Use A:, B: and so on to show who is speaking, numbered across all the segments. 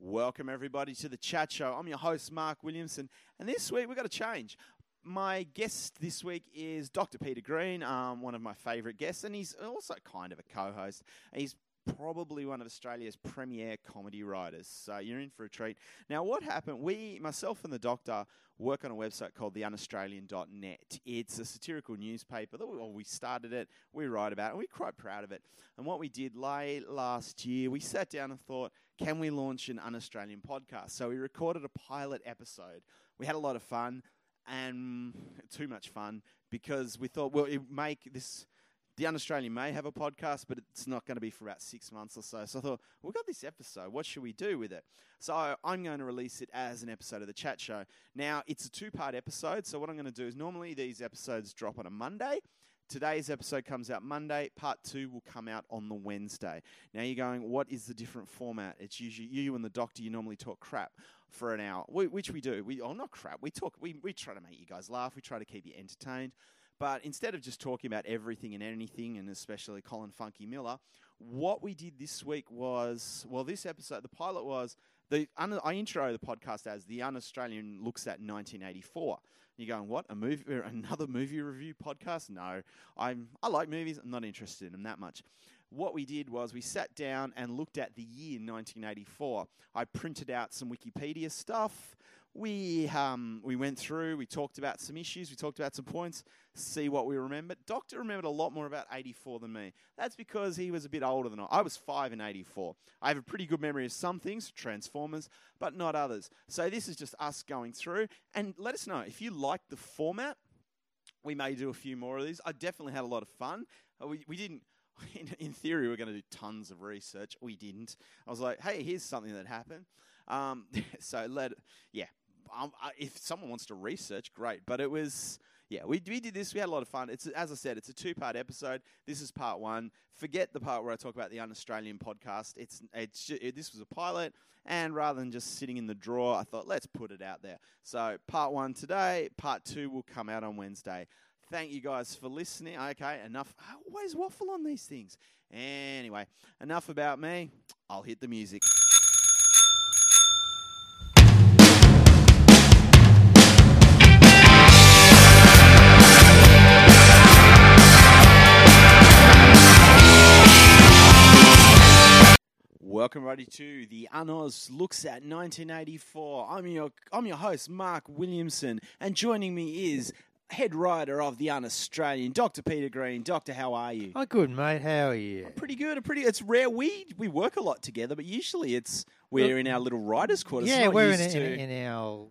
A: Welcome, everybody, to the chat show. I'm your host, Mark Williamson, and this week we've got a change. My guest this week is Dr. Peter Green, um, one of my favourite guests, and he's also kind of a co host. He's probably one of Australia's premier comedy writers, so you're in for a treat. Now, what happened? We, myself and the doctor, work on a website called theunaustralian.net. It's a satirical newspaper that we, well, we started it, we write about it, and we're quite proud of it. And what we did late last year, we sat down and thought, can we launch an un Australian podcast? So we recorded a pilot episode. We had a lot of fun and too much fun because we thought, well, it make this. The Un Australian may have a podcast, but it's not going to be for about six months or so. So I thought, we've got this episode. What should we do with it? So I'm going to release it as an episode of the chat show. Now, it's a two part episode. So what I'm going to do is normally these episodes drop on a Monday. Today's episode comes out Monday. Part two will come out on the Wednesday. Now you're going, what is the different format? It's usually you and the doctor. You normally talk crap for an hour, whi- which we do. We oh not crap. We talk. We we try to make you guys laugh. We try to keep you entertained. But instead of just talking about everything and anything, and especially Colin Funky Miller, what we did this week was well, this episode, the pilot was the un- I intro the podcast as the Un-Australian looks at 1984. You're going, what a movie? Another movie review podcast? No, I'm I like movies. I'm not interested in them that much. What we did was we sat down and looked at the year 1984. I printed out some Wikipedia stuff. We um, we went through. We talked about some issues. We talked about some points. See what we remembered. Doctor remembered a lot more about 84 than me. That's because he was a bit older than I. I was five in 84. I have a pretty good memory of some things, Transformers, but not others. So this is just us going through. And let us know if you like the format. We may do a few more of these. I definitely had a lot of fun. Uh, We, we didn't. In, in theory, we are going to do tons of research. We didn't. I was like, hey, here's something that happened. Um, so let, yeah. Um, I, if someone wants to research, great. But it was, yeah, we, we did this. We had a lot of fun. It's as I said, it's a two part episode. This is part one. Forget the part where I talk about the Un Australian podcast. It's it's ju- it, this was a pilot, and rather than just sitting in the drawer, I thought let's put it out there. So part one today. Part two will come out on Wednesday. Thank you guys for listening. Okay, enough. I always waffle on these things. Anyway, enough about me. I'll hit the music. Welcome, everybody, to the Unos looks at 1984. I'm your I'm your host, Mark Williamson, and joining me is head writer of the Un Australian, Dr. Peter Green. Doctor, how are you?
B: Oh, good, mate. How are you?
A: Pretty good. a Pretty. It's rare. We we work a lot together, but usually it's we're in our little writers' quarters.
B: yeah,
A: not
B: we're in,
A: used
B: in,
A: to-
B: in our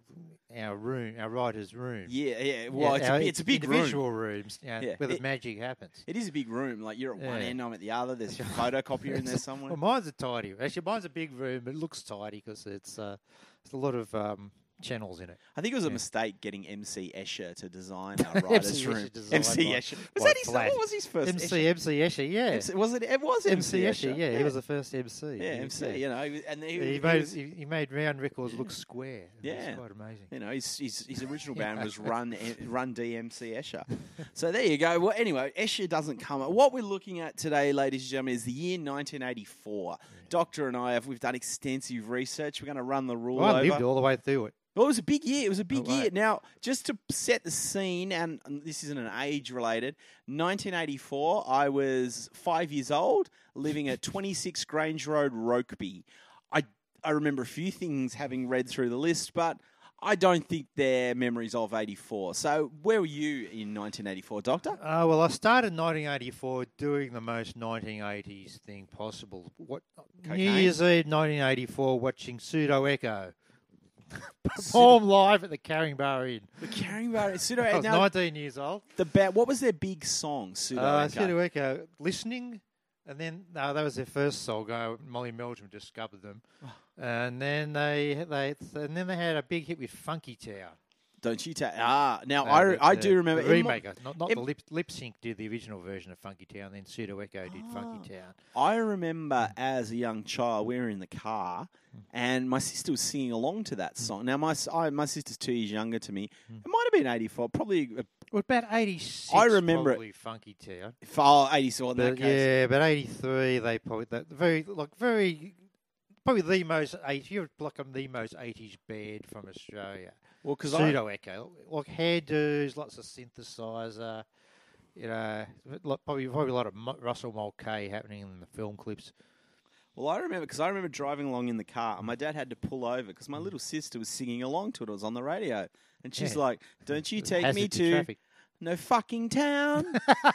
B: our room, our writer's room.
A: yeah, yeah.
B: Yeah,
A: Well, it's,
B: our
A: a, it's a big room.
B: individual rooms you know,
A: Yeah.
B: where the
A: It-
B: magic happens.
A: It is a big room. Like you're at one
B: Yeah.
A: end, I'm at the other. There's a photocopier in there somewhere.
B: Well, mine's a tidy. Actually, mine's a big room, but it looks tidy because it's uh, it's a lot of um, channels in it.
A: I think it was a
B: Yeah.
A: mistake getting MC Escher to design our
B: MC
A: writer's
B: Escher
A: room.
B: designed
A: MC
B: my-
A: Escher. Was
B: my
A: that his?
B: flat.
A: What was his first? Escher?
B: MC, MC Escher, yeah.
A: MC, was it? It was
B: MC
A: MC,
B: Escher, yeah, He was
A: a
B: the first MC.
A: yeah, MC. You know, he was- and he,
B: He,
A: he
B: made
A: was-
B: he, he made round records look square.
A: Yeah.
B: it's quite amazing.
A: you know, his, his, his original
B: Yeah.
A: band was Run eh, Run DMC Escher. So there you go. Well, anyway, Escher doesn't come. up. What we're looking at today, ladies and gentlemen, is the year 1984. Doctor and I have we've done extensive research. We're going to run the rule
B: Well, I
A: over.
B: lived all the way through it.
A: Well, it was a big year. It was a big
B: Oh, right.
A: year. Now, just to set the scene, and and this isn't an age related, 1984, I was five years old, living at 26 Grange Road, Rokeby. I, I remember a few things having read through the list, but I don't think they're memories of 84. So, where were you in 1984, Doctor?
B: Uh, well, I started 1984 doing the most 1980s thing possible. What uh, New
A: Cocaine?
B: Year's Eve 1984, watching Pseudo
A: Pseudo-
B: Echo perform live at the Carrying Bar Inn.
A: The Carrying Bar. Pseudo,
B: I was
A: now,
B: 19 years old.
A: the ba- what was their big song, Pseudo?
B: Uh,
A: Echo?
B: Pseudo Echo, listening, and then uh, that was their first song. Uh, Molly Meldrum discovered them, and then they they and then they had a big hit with Funky Town.
A: Don't you take. Ah, now
B: Uh,
A: I,
B: the-
A: I
B: the-
A: do remember.
B: the
A: in my-
B: remake. uh, not not
A: in-
B: the lip lip sync did the original version of Funky Town. Then Pseudo Echo did Funky
A: Ah.
B: Town.
A: I remember as a young child, we were in the car, and my sister was singing along to that song. Now, my s I my sister's two years younger to me. It might have been 84, probably uh,
B: Well, about 86.
A: I remember it.
B: probably Funky Town.
A: if- oh, 84 in that
B: But,
A: case.
B: yeah, but 83, they probably, that very, like, very probably the most eight. You're like um, the most eighties band from Australia.
A: Well, because I
B: Pseudo echo, like hairdos, lots of synthesizer. You know, lo- probably probably a lot of Mu- Russell Mulcahy happening in the film clips.
A: well I remember because I remember driving along in the car, and my dad had to pull over because my little sister was singing along to it. It was on the radio, and she's
B: Yeah.
A: like, "Don't you take
B: Hazard
A: me to
B: traffic.
A: no fucking town."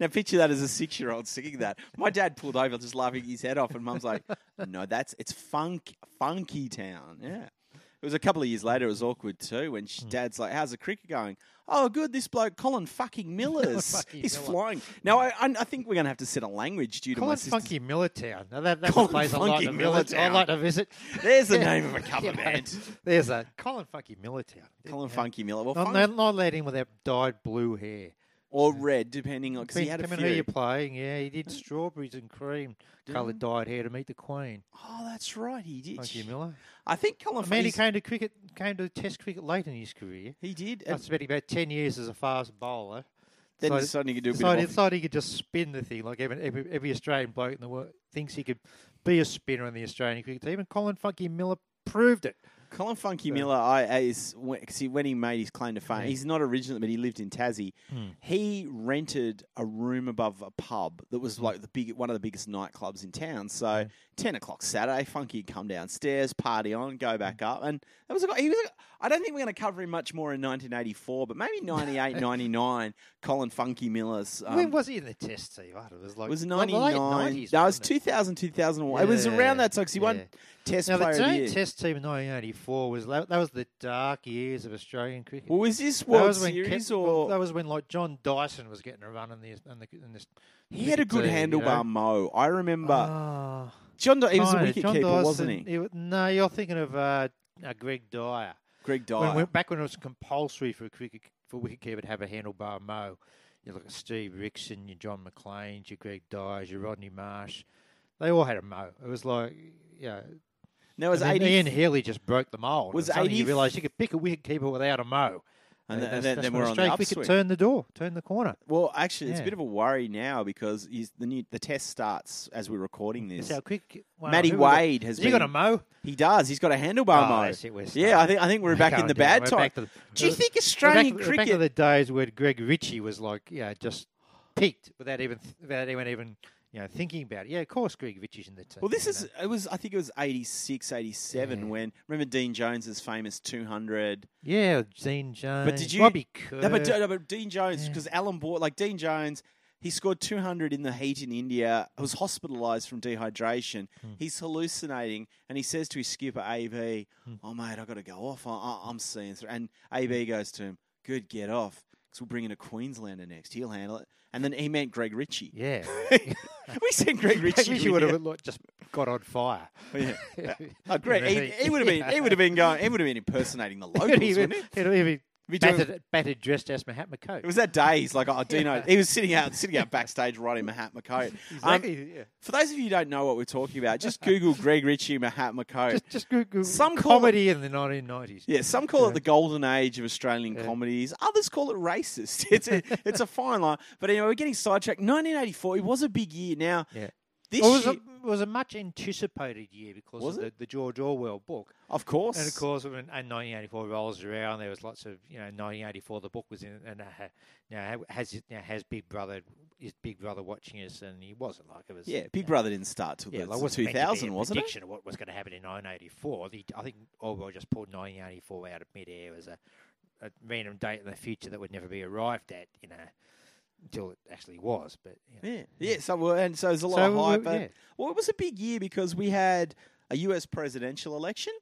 A: now picture that as a six-year-old singing that. My dad pulled over, just laughing his head off, and Mum's like, "No, that's it's funk, funky town." Yeah. It was a couple of years later. It was awkward too when
B: Hmm.
A: she, Dad's like, "How's the cricket going?" Oh, good. This bloke, Colin fucking Millers,
B: Fucking
A: he's
B: Miller.
A: flying. Now, I, I, I think we're going to have to set a language due to my
B: Call it
A: sister's-
B: Funky Millitown. Now that, that's
A: Call it
B: a place I like,
A: Funky
B: to visit. I
A: Millitown.
B: like to visit.
A: There's the name of a cover
B: Yeah,
A: band.
B: There's a Colin Funky Millitown.
A: Colin
B: Yeah.
A: Funky Miller. Well,
B: Not,
A: fun-
B: not, not let in with that dyed blue hair.
A: or red, depending on because he had a
B: Depending on who
A: few.
B: you're playing, yeah, he did strawberries and cream coloured dyed hair to meet the Queen.
A: Oh, that's right, he did.
B: Funky Miller.
A: I think Colin
B: I mean,
A: Funky.
B: he came to cricket, came to Test cricket late in his career.
A: He did.
B: I
A: And
B: spent about ten years as a fast bowler.
A: then
B: decided-
A: decided he could do a bit
B: Decided,
A: of. off-
B: decided he could just spin the thing like every, every, every Australian bloke in the world thinks he could be a spinner on the Australian cricket team, and Colin Funky Miller proved it.
A: Colin Funky Miller, I I- is because when he made his claim to fame, he's not originally, but he lived in Tassie. He rented a room above a pub that
B: Mm-hmm.
A: was like the big one of the biggest nightclubs in town. So ten o'clock Saturday, Funky would come downstairs, party on,
B: Mm-hmm.
A: go back up, and that was a guy. He was. A, I don't think we're going to cover him much more in 1984, but maybe 98, 99. Colin Funky Miller's. Um,
B: when was he in the Test team? I don't know, it was like
A: It was
B: the late
A: 99.
B: 90s,
A: no, it was
B: wasn't
A: 2000, 2001. It was
B: Yeah.
A: around that time 'cause he won
B: Yeah.
A: Test
B: Now, the
A: Player of the
B: Australian
A: Year.
B: Test team in 1984 was that, that was the dark years of Australian cricket.
A: well, was this
B: that
A: World
B: was when Ke-
A: Series
B: well,
A: or
B: that was when like John Dyson was getting a run in the in, the, in this.
A: he had a good
B: cricket team, you know?
A: handlebar mo? I remember
B: Ah,
A: John. Dy- he was a
B: kinda.
A: wicket
B: John
A: keeper,
B: Dyson,
A: wasn't he?
B: wa- no, you're thinking of uh, uh, Greg Dyer.
A: Greg Dyer.
B: When, when, back when it was compulsory for a cricket for wicketkeeper to have a handlebar mow, you look at Steve Rickson, your John McLean's, your Greg Dyers, your Rodney Marsh, they all had a mow. It was like, you know,
A: now it was
B: and then
A: 80,
B: Ian Healy just broke the mould.
A: Was
B: and suddenly
A: 80
B: you realise you could pick a wicket keeper without a mow.
A: and, then
B: that's-
A: then,
B: that's
A: then
B: when
A: we're on the
B: Australia cricket
A: upswing.
B: Turn the door, turn the corner.
A: Well, actually, it's a
B: Yeah.
A: bit of a worry now because he's, the new the test starts as we're recording this.
B: That's how quick. Wow,
A: Matty
B: who we got-
A: Wade has
B: you got a
A: been-
B: mow.
A: He does. He's got a handlebar
B: Oh,
A: mo.
B: that's it, we're
A: yeah,
B: stuck.
A: I think I think we're
B: We're
A: back in
B: going
A: the
B: down,
A: bad
B: we're
A: time.
B: back to the-
A: Do you
B: we're
A: think
B: We're
A: Australian
B: back, we're
A: cricket?
B: back to the days where Greg Ritchie was like, yeah, just peaked without even without anyone even you know thinking about it. Yeah, of course, Greg Ritchie's in the team.
A: Well, this
B: you
A: is
B: know.
A: it was I think it was 86, 87
B: Yeah.
A: when remember Dean Jones's famous two hundred.
B: yeah, Dean Jones.
A: did you-
B: Bobby Kerr.
A: No, but, no, but Dean Jones
B: Yeah.
A: because Alan Boyd, like Dean Jones, he scored two hundred in the heat in India. Was hospitalised from dehydration.
B: Hmm.
A: He's hallucinating, and he says to his skipper AB,
B: Hmm.
A: "Oh mate, I got to go off. I, I, I'm seeing through." And AB goes to him, "Good, get off." Because we'll bring in a Queenslander next. He'll handle it. And then he meant Greg Ritchie.
B: yeah,
A: we sent Greg Ritchie.
B: Greg Ritchie
A: with
B: would
A: it.
B: have like, just got on fire.
A: Yeah. Oh, great! He, he would have been. He would have been going. He would have been impersonating the locals,
B: It'd even,
A: wouldn't he?
B: it'd even
A: Be doing-
B: battered, battered dressed as Mahatma Coke.
A: It was that day. He's like, oh, Dino. He was sitting out, sitting out backstage writing Mahatma Coat. Um,
B: exactly. yeah.
A: for those of you who don't know what we're talking about, just Google Greg Ritchie Mahatma Coat.
B: Just, just Google
A: Some call it-
B: comedy in the 1990s.
A: Yeah, some call it the golden age of Australian comedies. Others call it racist. It's a, it's a fine line. But anyway, we're getting sidetracked. 1984. It was a big year. Now,
B: Yeah.
A: this
B: Well, it, was
A: year,
B: a, it was a much anticipated year because
A: Was
B: of the,
A: it?
B: the George Orwell book.
A: of course,
B: And of course, when and 1984 rolls around, there was lots of you know 1984. The book was in, and uh, ha- now has it now has Big Brother is Big Brother watching us, and he wasn't like it was.
A: yeah,
B: you
A: Big
B: know,
A: Brother didn't start till
B: Yeah,
A: the
B: like wasn't meant to be
A: 2000,
B: a
A: wasn't it?
B: prediction of what was going to happen in 1984. The, I think Orwell just pulled 1984 out of midair as a, a random date in the future that would never be arrived at, you know, until it actually was. But you know.
A: Yeah, yeah. So well, and so there's a lot
B: So
A: of
B: we-
A: hype.
B: yeah.
A: and- Well, it was a big year because we had a U.S. presidential election,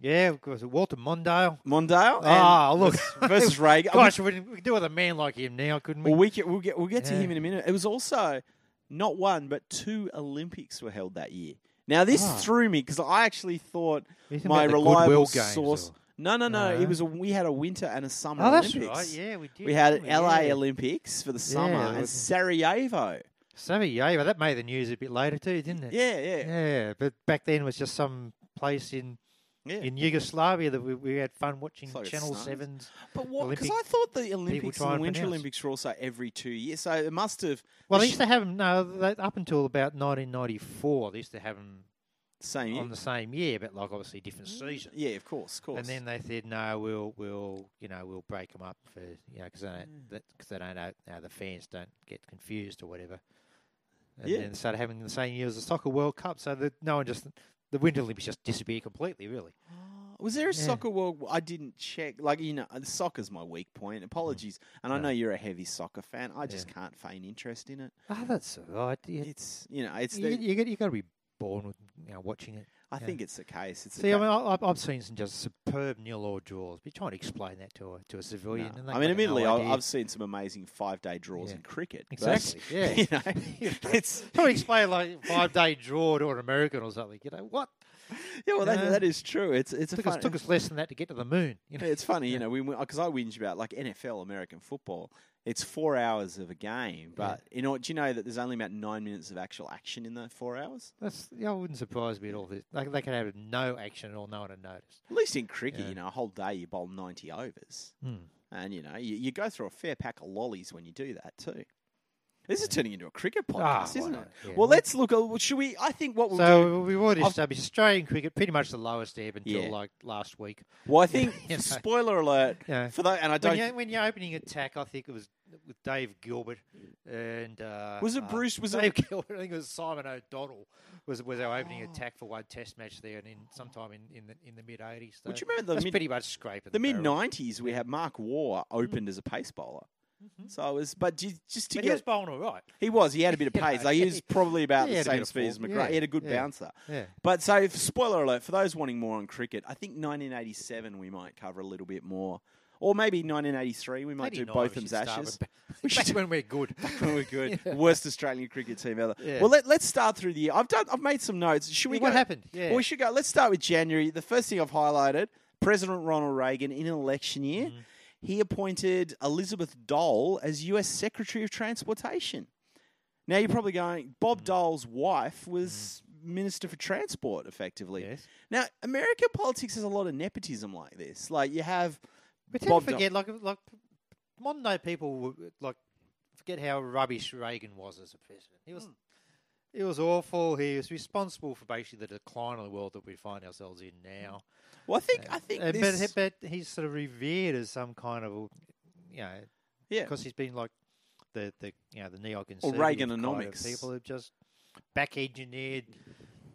B: Yeah, of course. Walter Mondale.
A: Mondale. and-
B: Ah, look.
A: versus Reagan.
B: Gosh, we could do with a man like him now, couldn't we?
A: well, we can, we'll get we'll get to
B: Yeah.
A: him in a minute. It was also not one but two Olympics were held that year. Now this
B: Ah.
A: threw me because I actually thought
B: You think
A: my
B: about the
A: reliable
B: Goodwill games
A: source.
B: or-
A: No, no, no,
B: No.
A: It was a, we had a winter and a summer
B: Oh, that's
A: Olympics.
B: right. Yeah, we did.
A: We had
B: didn't
A: LA
B: Yeah.
A: Olympics for the summer
B: Yeah,
A: and
B: wasn't-
A: Sarajevo.
B: So, yeah, but that made the news a bit later too, didn't it?
A: Yeah, yeah,
B: Yeah, but back then it was just some place in
A: yeah.
B: in Yugoslavia that we, we had fun watching
A: It's like a
B: Channel
A: snows.
B: 7's.
A: But what? Because
B: Olympic
A: I thought the Olympics
B: try
A: and the
B: and
A: Winter
B: pronounce.
A: Olympics were also every two years, so it must have.
B: Well,
A: the
B: they
A: sh-
B: used to have them, no, they, up until about 1994, they used to have them
A: Same year.
B: on the same year, but like obviously different season.
A: Yeah, Mm, of course, of course.
B: And then they said, no, we'll we'll you know we'll break them up for you know because they don't
A: Mm.
B: that, cause they don't know now the fans don't get confused or whatever. And
A: Yeah.
B: then started having the same year as the soccer World Cup, so that no one just the Winter Olympics just disappeared completely. Really,
A: Was there a
B: Yeah.
A: soccer world? I didn't check. Like you know, uh, soccer's my weak point. Apologies, and I
B: No.
A: know you're a heavy soccer fan. I just
B: Mm. Yeah.
A: can't feign interest in it.
B: oh, that's all right. You,
A: It's you know, it's
B: you,
A: the,
B: you, you got to be born with you know watching it.
A: I
B: yeah.
A: think it's the case. It's
B: See,
A: the
B: I
A: ca-
B: mean, I, I've- I've seen some just superb nil or draws. But you trying to explain that to a to a civilian,
A: No.
B: and they
A: I mean,
B: got no
A: admittedly,
B: idea.
A: I, I've seen some amazing five-day draws
B: Yeah.
A: in cricket. but,
B: Exactly, yeah.
A: you know, it's
B: trying to explain like five day draw to an American or something. You know what?
A: yeah. Well,
B: Yeah.
A: that, that is true. It's it's a
B: took us,
A: fun-
B: took us less than that to get to the moon. You know,
A: It's funny, you know, we because I whinge about like NFL American football. It's four hours of a game, but you know, do you know that there's only about nine minutes of actual action in the four hours?
B: that's yeah, it wouldn't surprise me at all. This like they could have no action at all, no one had noticed.
A: At least in cricket,
B: Yeah.
A: you know, a whole day you bowl ninety overs,
B: Hmm.
A: and you know, you, you go through a fair pack of lollies when you do that too. This is turning into a cricket
B: Ah,
A: podcast,
B: why
A: isn't
B: not?
A: it?
B: Yeah.
A: Well, let's look. uh, Should we? I think what we'll do.
B: So we've already
A: I've-
B: established Australian cricket pretty much the lowest ebb until
A: Yeah.
B: like last week.
A: Well, I think
B: You know.
A: spoiler alert
B: Yeah.
A: for that, and I
B: When,
A: don't.
B: you, when you're opening attack, I think it was with Dave Gilbert and uh,
A: Was it
B: uh,
A: Bruce- was it-
B: Dave Gilbert? I think it was Simon O'Donnell was was our opening
A: Oh.
B: attack for one Test match there, and in sometime in, in the in the mid '80s. So
A: Would you remember the
B: that's
A: mid-
B: pretty Mm-hmm. much scraping
A: the mid
B: barrel.
A: '90s, we had Mark Waugh opened as a pace bowler. So I was, but ju- just to
B: Mm-hmm. But
A: get,
B: he was bowling all right.
A: he was, he had a bit of
B: You know,
A: pace. Like, he was probably about
B: he
A: the
B: had a bit
A: same
B: of
A: speed as
B: form.
A: McGrath.
B: Yeah,
A: He had a good
B: yeah.
A: bouncer.
B: Yeah.
A: But so, if, spoiler alert for those wanting more on cricket, I think 1987 we might cover a little bit more, or maybe 1983 we might do
B: 89
A: both
B: we
A: them's
B: should start
A: ashes.
B: with.
A: We
B: Back
A: should-
B: when we're good.
A: when we're good, worst Australian cricket team ever.
B: Yeah.
A: Well, let, let's start through the year. I've done. I've made some notes. Should we?
B: Yeah, what
A: go-
B: happened? Yeah.
A: Well, we should go. Let's start with January. The first thing I've highlighted: President Ronald Reagan in an election year,
B: Mm-hmm.
A: he appointed Elizabeth Dole as U.S. Secretary of Transportation. Now you're probably going,
B: Mm-hmm.
A: Bob Dole's wife was Minister for Transport, effectively.
B: Yes.
A: Now American politics has a lot of nepotism like this. Like you have.
B: But don't
A: Bob Dole-
B: forget, like, like modern day people were, like forget how rubbish Reagan was as a president. He was,
A: Hmm.
B: he was awful. He was responsible for basically the decline of the world that we find ourselves in now.
A: Well, I think I think
B: Uh,
A: this,
B: but, but he's sort of revered as some kind of, you know,
A: yeah.
B: because he's been like the the you know the neoconservative
A: Or Reaganomics.
B: kind of people who just back engineered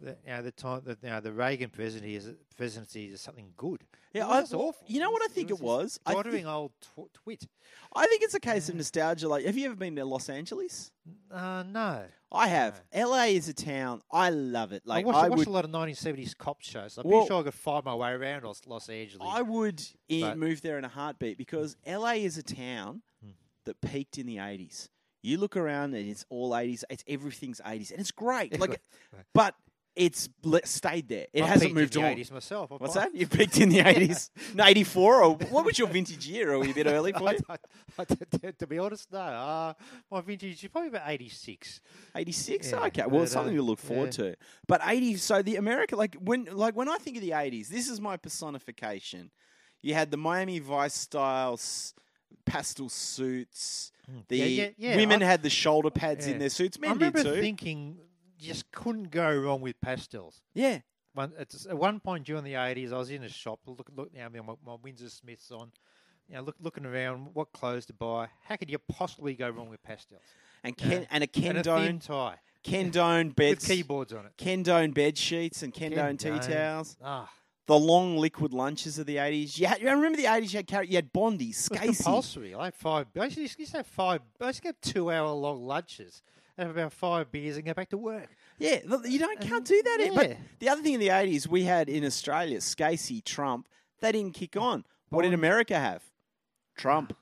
B: the you know, the time that you know, the Reagan presidency is presidency is something good.
A: Yeah,
B: It
A: I-
B: was awful.
A: you know what I think
B: it
A: it was? I
B: Doddering
A: think-
B: old tw- twit.
A: I think it's a case of nostalgia. Like, have you ever been to Los Angeles?
B: Uh, no,
A: I have. LA is a town. I love it. Like
B: I watched,
A: I,
B: I watched
A: would,
B: a lot of 1970s cop shows. I'm
A: Well-
B: pretty sure I could find my way around Los, Los Angeles.
A: I would i-
B: But- Hmm.
A: move there in a heartbeat because LA is a town that peaked in the eighties. You look around and it's all eighties. It's everything's eighties, and it's great. Like, but it's le- stayed there. It
B: I
A: hasn't
B: peaked in
A: moved
B: the
A: on.
B: 80s myself. I
A: What's that?
B: find-
A: You peaked in the eighties, eighty four, or what was your vintage year? Are we a bit early for
B: I
A: you?
B: don't- I don't- to be honest, no. Uh, my vintage is probably about 86.
A: 86
B: Yeah,
A: okay well
B: but,
A: it's something
B: uh,
A: to look forward to but 80 so the america like when like when i think of the 80s this is my personification you had the miami vice style s- pastel suits the
B: Hmm. Yeah, yeah, yeah,
A: women
B: I-
A: had the shoulder pads in
B: yeah.
A: their suits
B: I
A: men did
B: remember
A: too
B: thinking just couldn't go wrong with pastels.
A: yeah
B: One, it's, at one point during the eighties, I was in a shop. Look, look, you know, my, my Windsor Smiths on. You know, look, looking around, what clothes to buy. How could you possibly go wrong with pastels?
A: and ken and a
B: and a thin
A: kendone
B: tie
A: kendone
B: with
A: beds
B: keyboards on it.
A: kendone bed sheets and kendone tea
B: Kendone.
A: towels
B: Ah,
A: the long liquid lunches of the 80s you, had, you remember the 80s you had, car- you had bondi
B: it was
A: Scacey.
B: compulsory. I had five. I used to- used to have five. I used to have two-hour-long lunches. Have about five beers and go back to work.
A: Yeah, look, you don't can't do that. in- But
B: Um, yeah.
A: the other thing in the eighties we had in Australia, Scacey, Trump, they didn't kick on. What did America have? Trump.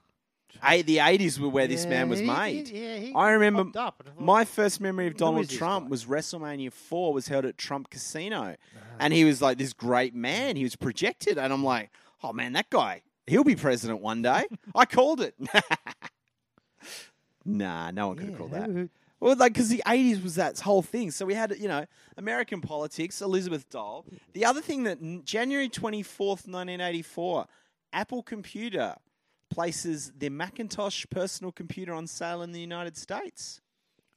A: Hey, the eighties were where this
B: Yeah,
A: man was
B: he- he-
A: made.
B: yeah, he
A: I remember
B: popped up and I thought,
A: my first memory of Donald
B: is this
A: Trump
B: guy?
A: was WrestleMania four was held at Trump Casino, and he was like this great man. He was projected, and I'm like, oh man, that guy, he'll be president one day. I called it. nah, no one could
B: Yeah,
A: have called that.
B: who-
A: Well, like, because the 80s was that whole thing. So we had, you know, American politics, Elizabeth Dole. The other thing that n- January 24th, 1984, Apple Computer places their Macintosh personal computer on sale in the United States.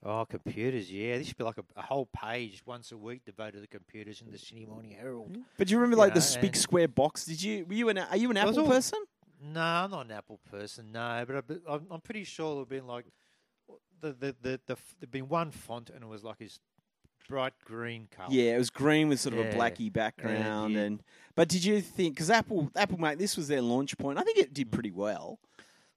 B: Oh, computers, yeah. This should be like a, a whole page once a week devoted to computers in the Sydney Morning Herald.
A: But do you remember
B: You
A: like
B: know,
A: the big
B: and-
A: square box? Did you? Were you an? Are you an
B: I was
A: Apple
B: all-
A: person?
B: No, I'm not an Apple person, no, but I, but I'm, I'm pretty sure there've been like the the the, the f- there'd been one font and it was like his bright green color.
A: Yeah, it was green with sort of
B: Yeah.
A: a blacky background,
B: yeah.
A: and but did you think because Apple, Apple, mate, this was their launch point. I think it did pretty well.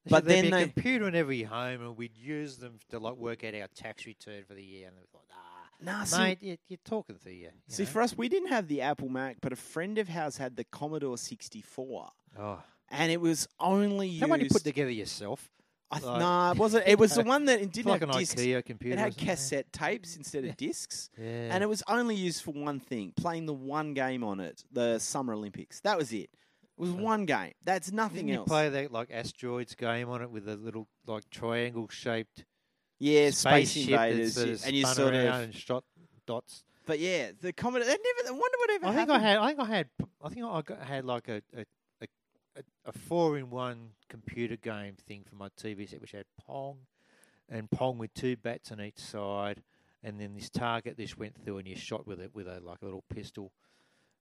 B: They
A: but
B: said there'd
A: then
B: be a
A: they-
B: computer in every home, and we'd use them to like work out our tax return for the year. And they thought, ah,
A: Nah,
B: mate, you, you're talking to you. you
A: see, see,
B: know?
A: for us, we didn't have the Apple Mac, but a friend of ours had the Commodore sixty four,
B: oh,
A: and it was only used.
B: that one you put together yourself,
A: I th-
B: like-
A: nah, it wasn't. It was the one that it
B: It's
A: didn't
B: like an
A: have discs.
B: IKEA computer.
A: It
B: or
A: had
B: something.
A: cassette tapes instead of discs.
B: yeah.
A: And it was only used for one thing, playing the one game on it, the Summer Olympics. That was it. It was one game. That's nothing
B: Didn't you
A: else.
B: play that like asteroids game on it with a little like triangle shaped
A: yeah, Space
B: spaceship that
A: Invaders,
B: sort of
A: yeah, and you
B: spun
A: sort of.
B: around and shot dots.
A: But yeah, the comedy. That never. I wonder what ever
B: I think
A: happened.
B: I had. I think I had. p- I think I got, had like a a, a a- a four in one computer game thing for my TV set, which had pong and pong with two bats on each side, and then this target this went through and you shot with it with a like a little pistol.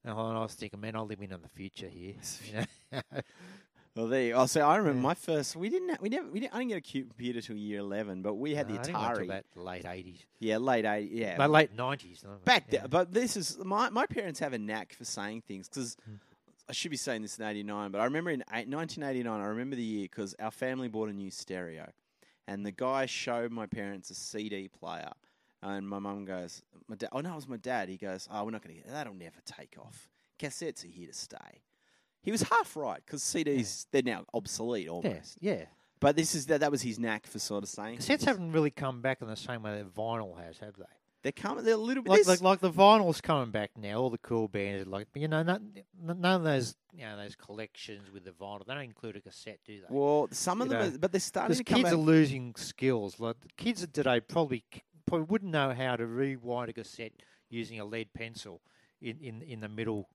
B: And I was thinking, man, I'll live in on the future here. you know?
A: Well, there. You, oh, so I remember
B: Yeah.
A: my first. We didn't. ha- We never. We didn't. I didn't get a cute computer till year eleven, but we had
B: No,
A: the
B: I
A: Atari.
B: didn't wait till that late eighties,
A: Yeah, late eight. Yeah,
B: no, late nineties.
A: back then. But this is my my parents have a knack for saying things because
B: Mm.
A: I should be saying this in '89, but I remember in eight, 1989. I remember the year because our family bought a new stereo, and the guy showed my parents a CD player, and my mum goes, "My dad." Oh no, it was my dad. He goes, "Oh, we're not going to get that'll never take off. Cassettes are here to stay." He was half right because CDs they're now obsolete almost.
B: Yeah, yeah.
A: But this is that that was his knack for sort of saying
B: Cassettes
A: things.
B: haven't really come back in the same way that vinyl has, have they?
A: they're coming. They're a little bit.
B: like,
A: this-
B: like like the vinyl's coming back now. All the cool bands, are like but you know, not, none of those you know those collections with the vinyl. They don't include a cassette, do they?
A: well, some of
B: you
A: them,
B: know,
A: are, but they're starting
B: Because
A: to come
B: kids
A: back.
B: are losing skills. Like the kids of today probably c- probably wouldn't know how to rewind a cassette using a lead pencil in in, in the middle.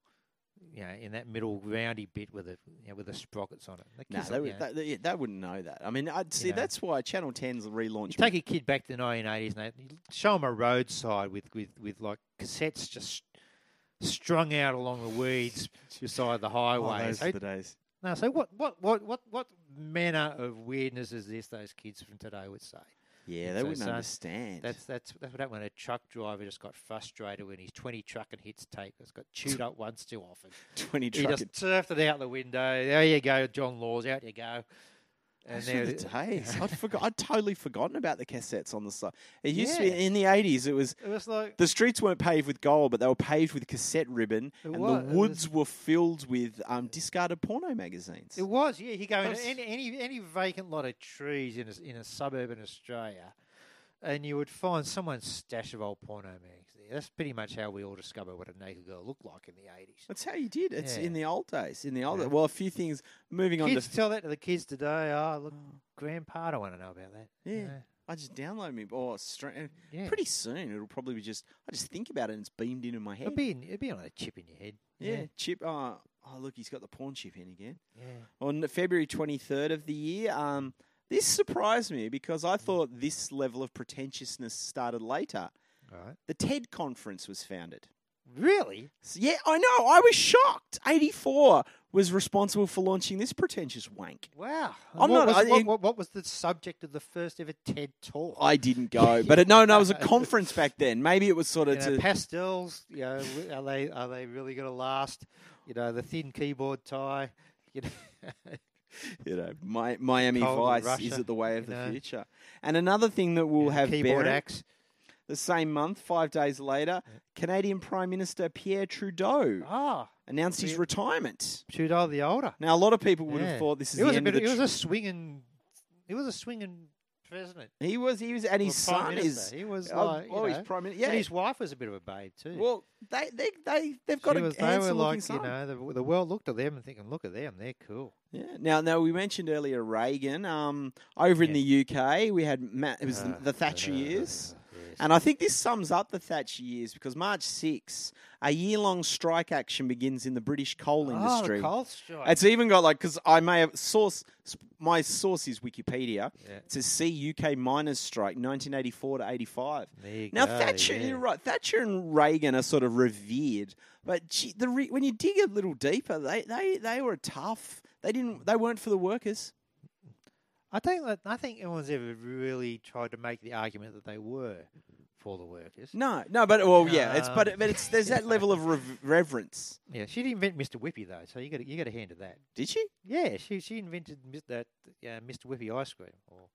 B: You know, in that middle roundy bit with the you know, with the sprockets on it. The
A: No,
B: kids
A: they,
B: are-
A: would,
B: you know,
A: they, they- they wouldn't know that. I mean, I'd see
B: know.
A: that's why Channel 10's relaunch.
B: you take a kid back to the 1980s and they show them a roadside with, with, with like cassettes just strung out along the weeds beside the highway. so,
A: Oh, the days.
B: no, so what, what, what, what, what manner of weirdness is this those kids from today would say?
A: Yeah, they
B: So-
A: wouldn't
B: so
A: understand.
B: That's, that's, that's what happened when a truck driver just got frustrated when his 20 truck and hits tape that's got chewed up once too often.
A: 20
B: He
A: truck.
B: just surfed it out the window. There you go, John Laws, out you go.
A: And
B: there
A: the
B: it-
A: days. I'd, forgot, I'd totally forgotten about the cassettes on the side. It used to
B: Yeah.
A: be in the 80s, it was.
B: It was like,
A: The streets weren't paved with gold, but they were paved with cassette ribbon,
B: It
A: and
B: was-
A: the
B: it was-
A: woods were filled with um, discarded porno magazines.
B: It was, yeah. You go
A: That
B: in
A: was-
B: any, any any vacant lot of trees in a, s- in a suburb in Australia, and you would find someone's stash of old porno mags there. That's pretty much how we all discovered what a naked girl looked like in the eighties.
A: That's how you did. It's
B: Yeah.
A: in the old days. In the old,
B: Yeah.
A: well, a few things. Moving on
B: Kids
A: to
B: tell that to the kids today. Oh, look, grandpa, I want to know about that. you
A: Yeah.
B: know.
A: I just download me or stra-
B: yeah.
A: Pretty soon, it'll probably be just. I just think about it, and it's beamed into my head.
B: It'd be in, it'd be on a chip in your head.
A: yeah. chip. Oh, oh, look, he's got the pawn chip in again.
B: yeah.
A: On February twenty third of the year, um, this surprised me because I thought this level of pretentiousness started later.
B: Right.
A: The TED conference was founded.
B: Really?
A: So, yeah, I know. I was shocked. Eighty four was responsible for launching this pretentious wank.
B: Wow.
A: I'm
B: And what
A: not-
B: Was,
A: I-
B: what,
A: it-
B: what, what was the subject of the first ever TED talk?
A: I didn't go, but it, no, no, it was a conference back then. Maybe it was sort of
B: you know,
A: to
B: pastels. You know, w- are they are they really going to last? You know, the thin keyboard tie. You know,
A: you know, Mi- Miami
B: Cold
A: Vice is
B: Russia,
A: it the way of
B: you
A: the
B: know.
A: future? And another thing that we'll have
B: keyboard
A: bearing-
B: axe.
A: the same month, five days later, Canadian Prime Minister Pierre Trudeau
B: Ah,
A: announced his
B: Pierre-
A: retirement.
B: Trudeau the older.
A: Now, a lot of people would
B: Yeah.
A: have thought this is
B: It was
A: the
B: a
A: end of
B: bit.
A: the.
B: It was
A: tr-
B: a swinging. It was a swinging president.
A: he was, he was, and his
B: or prime
A: son is.
B: minister. He was
A: oh,
B: like, you
A: oh, he's
B: know,
A: prime minister.
B: and
A: Yeah,
B: his wife was a bit of a babe too.
A: well, they, they, they, they've got
B: She
A: a
B: was, they were
A: handsome looking
B: like,
A: son.
B: you know, the, the world looked at them and thinking, look at them, they're cool.
A: Yeah. Now, now we mentioned earlier Reagan. Um, over in
B: Yeah.
A: the UK, we had Matt. It was
B: Uh,
A: the, the Thatcher
B: uh,
A: years.
B: yeah. Yes.
A: And I think this sums up the Thatcher years because March 6, a year long strike action begins in the British coal industry.
B: Oh, the coal strike.
A: It's even got like because I may have source sp- my source is Wikipedia.
B: Yeah.
A: It says see UK miners strike 1984 to 85.
B: There you
A: Now
B: go,
A: Thatcher,
B: Oh, yeah.
A: you're right. Thatcher and Reagan are sort of revered, but gee, the re- when you dig a little deeper, they they they were tough. They didn't. They weren't for the workers.
B: I think that I think anyone's ever really tried to make the argument that they were for the workers.
A: No, no. But well, yeah. It's
B: No.
A: but but it's there's that level of rev- reverence.
B: Yeah, she didn't invent Mr. Whippy though, so you got you got a hand at that.
A: Did she?
B: Yeah, she she invented mis- that uh, Mr. Whippy ice cream. Or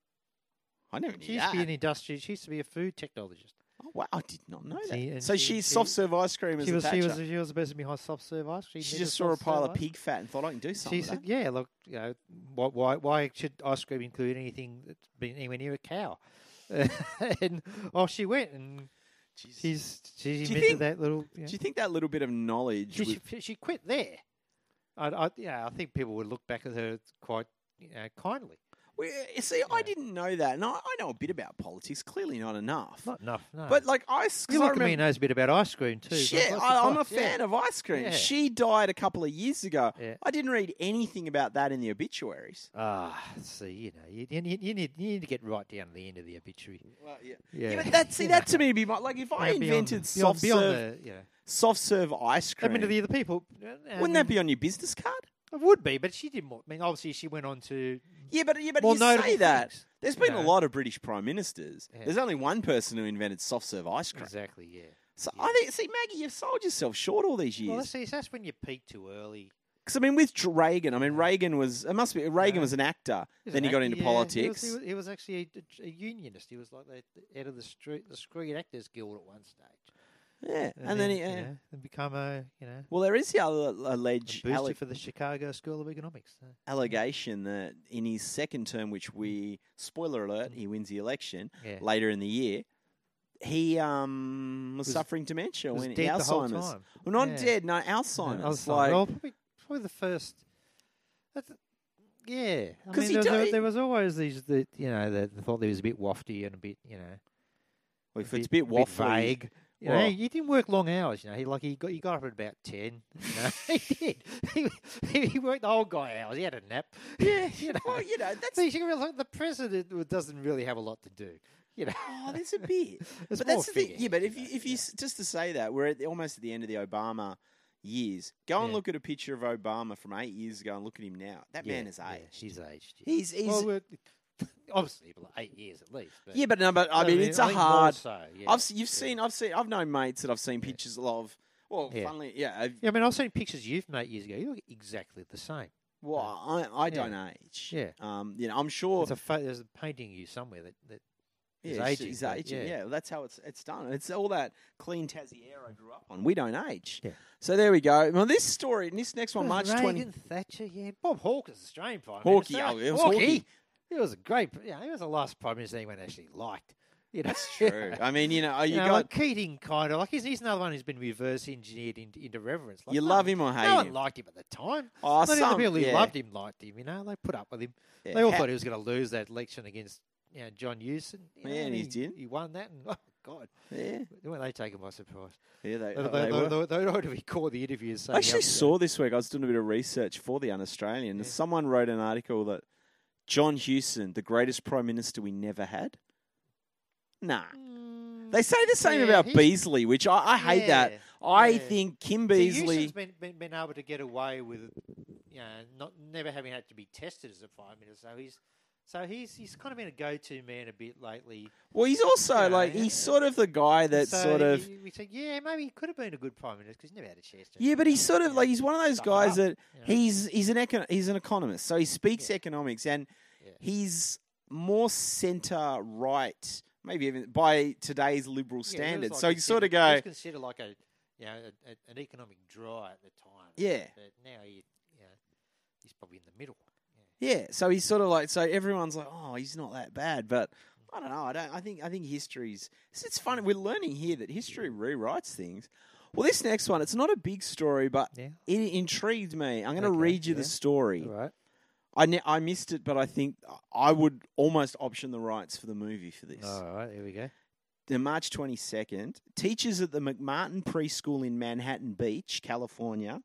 A: I never knew
B: she used
A: that.
B: to be an industrial. She used to be a food technologist.
A: oh, wow, I did not know that.
B: See, and
A: so
B: she-
A: she's
B: she-
A: soft serve ice cream as
B: She
A: a
B: was,
A: Thatcher.
B: she was she was the person behind soft serve ice cream.
A: she
B: invented
A: just saw a
B: soft
A: pile of
B: serve ice-
A: pig fat and thought I can do something.
B: She
A: with that."
B: said, "Yeah, look, you know, why why why should ice cream include anything that's been anywhere near a cow?" and off she went, and
A: Jesus.
B: she's she
A: you
B: invented
A: think-
B: that little. you know,
A: Do you think that little bit of knowledge?
B: She,
A: with-
B: she, she quit there. I, I, yeah, I think people would look back at her quite you know, kindly.
A: we, you see, I didn't know that, and I, I know a bit about politics. Clearly, not enough.
B: Not enough, no.
A: but like I, s- 'cause
B: you
A: I
B: look at me
A: remember,
B: knows a bit about ice cream too. so
A: shit,
B: I'm
A: I, I'm a
B: surprised, yeah.
A: fan of ice cream.
B: Yeah.
A: She died a couple of years ago.
B: Yeah.
A: I didn't read anything about that in the obituaries.
B: Ah, see, you know, you, you, you need you need to get right down to the end of the obituary.
A: Well, yeah.
B: Yeah,
A: but that see
B: you
A: that
B: know.
A: to me would be my, like if I
B: Yeah, beyond-
A: invented
B: beyond-
A: soft
B: beyond
A: serve
B: the, you know.
A: soft serve ice
B: I
A: cream.
B: mean, to the other people, uh,
A: wouldn't that be on your business card?
B: It would be, but she didn't. want- I mean, obviously, she went on to
A: Yeah, but yeah, but
B: Well,
A: you
B: notable
A: say that.
B: things,
A: There's
B: you
A: been a
B: know.
A: lot of British prime ministers.
B: Yeah.
A: There's only one person who invented soft serve ice cream.
B: exactly, yeah.
A: So I think, see, Maggie, you've sold yourself short all these
B: Well,
A: years.
B: that's, that's when you peak too early.
A: Because I mean, with Dr- Reagan, I mean, Reagan was it must be Reagan
B: Yeah.
A: was an actor.
B: He's
A: then he
B: an
A: got
B: actor,
A: into
B: yeah.
A: politics.
B: He was, he was, he was actually a, a unionist. He was like the, the head of the, street, the Screen Actors Guild at one stage.
A: yeah, and, then, he, uh,
B: you
A: yeah.
B: know, then become a you know
A: well, there is the other
B: a
A: alleged
B: booster
A: alle-
B: for the Chicago School of Economics. So.
A: allegation that in his second term, which we spoiler alert, he wins the election
B: Mm. Yeah.
A: later in the year. He um, was,
B: Was-
A: suffering dementia
B: was
A: when
B: dead the
A: Alzheimer's.
B: whole time.
A: Well, not
B: Yeah.
A: dead, no Alzheimer's.
B: Alzheimer's.
A: Like,
B: well, probably, probably the first. That's, yeah, I
A: 'Cause
B: mean,
A: he
B: there,
A: don't-
B: there, there was always these that you know that thought he was a bit wafty and a bit you know
A: well, if it's a bit waffly,
B: vague. You know,
A: Well-
B: he didn't work long hours. You know, he like he got he got up at about ten. You know, he did. He, he, he worked the whole guy hours. He had a nap. Yeah, you know.
A: well, you know, that's
B: so you should realise the president w- doesn't really have a lot to do. You know,
A: Oh, there's a bit.
B: It's
A: but
B: more
A: that's the thing.
B: figurehead,
A: Yeah, but
B: you
A: if you,
B: know,
A: if you
B: yeah.
A: s just to say that we're at the, almost at the end of the Obama years. Go and
B: Yeah.
A: look at a picture of Obama from eight years ago and look at him now. That man
B: Yeah,
A: is
B: yeah,
A: aged.
B: He's aged. yeah.
A: He's he's
B: well, we're- obviously but like eight years at least. But
A: yeah, but no, but I, mean, it's
B: a
A: a hard.
B: So, yeah.
A: I've se- you've
B: yeah.
A: seen I've seen I've known mates that I've seen pictures of. Well,
B: Yeah.
A: funnily, yeah. I've,
B: Yeah, I mean, I've seen pictures you've made years ago. You look exactly the same.
A: well, I, I don't age.
B: Yeah.
A: Um. You know, I'm sure.
B: there's a pho- there's a painting of you somewhere that, that is
A: yeah, he's-
B: aging,
A: he's
B: but
A: aging.
B: yeah.
A: Yeah. well, that's how it's it's done. It's all that clean Tassie air I grew up on. We don't age.
B: Yeah.
A: So there we go. Well, this story, this next one,
B: It
A: March
B: was
A: twenty.
B: Reagan, Thatcher, yeah. Bob Hawke's Australian Prime
A: Hawke,
B: Minister.
A: oh, it was Hawke.
B: It was a great, yeah, he was the last Prime Minister anyone actually liked. You know?
A: That's true. I mean, you know, oh,
B: You,
A: you,
B: know,
A: got
B: like Keating, kind of like he's, he's another one who's been reverse engineered into, into reverence. Like,
A: you
B: no
A: love
B: one-
A: him or hate
B: No one
A: him.
B: liked him at the time.
A: Oh,
B: Not even
A: some-
B: the people who
A: yeah.
B: loved him liked him. You know, they put up with him.
A: Yeah,
B: They all
A: ha-
B: thought he was going to lose that election against you know, John Hewson. you know,
A: Yeah, and he did.
B: He won that, and oh god,
A: yeah,
B: weren't they taken by surprise?
A: yeah, they,
B: They,
A: oh,
B: they,
A: they were.
B: they, they, ought to be caught the interviews. saying,
A: I actually
B: "Yep, yeah."
A: saw this week. I was doing a bit of research for the Un-Australian. and
B: Yeah.
A: Someone wrote an article that John Hewson, the greatest prime minister we never had. Nah,
B: Mm,
A: they say the same
B: Yeah,
A: about
B: he's-
A: Beasley, which I, I hate that.
B: yeah,
A: I
B: yeah.
A: think Kim
B: So
A: Beasley.
B: Houston's been, been been able to get away with, you know, not never having had to be tested as a prime minister. So he's so he's he's kind of been a go-to man a bit lately.
A: Well, he's also
B: Yeah,
A: like
B: yeah.
A: he's sort of the guy that
B: so
A: sort of.
B: we think, yeah, maybe he could have been a good prime minister because he never had a chance. To
A: Yeah, but he's sort of
B: Yeah.
A: like he's one of those
B: Stuff
A: guys
B: up,
A: that
B: you know.
A: he's he's an econ- he's an economist, so he speaks economics, and
B: Yeah.
A: he's more centre right, maybe even by today's liberal
B: Yeah, he was,
A: standards.
B: like,
A: so you sort of
B: considered- he
A: go,
B: was considered like a you know a, a, an economic draw at the time.
A: Yeah.
B: but now he you know, he's probably in the middle.
A: yeah. So he's sort of like, so everyone's like, oh, he's not that bad, but I don't know. I don't. I think I think history's. It's, it's funny. We're learning here that history rewrites things. Well, this next one, it's not a big story, but
B: Yeah.
A: it intrigued me. I'm going to
B: Okay,
A: read you the
B: yeah.
A: story.
B: right.
A: I, ne- I missed it, but I think I would almost option the rights for the movie for this.
B: All right. Here we go.
A: the March 22nd, teachers at the McMartin Preschool in Manhattan Beach, California,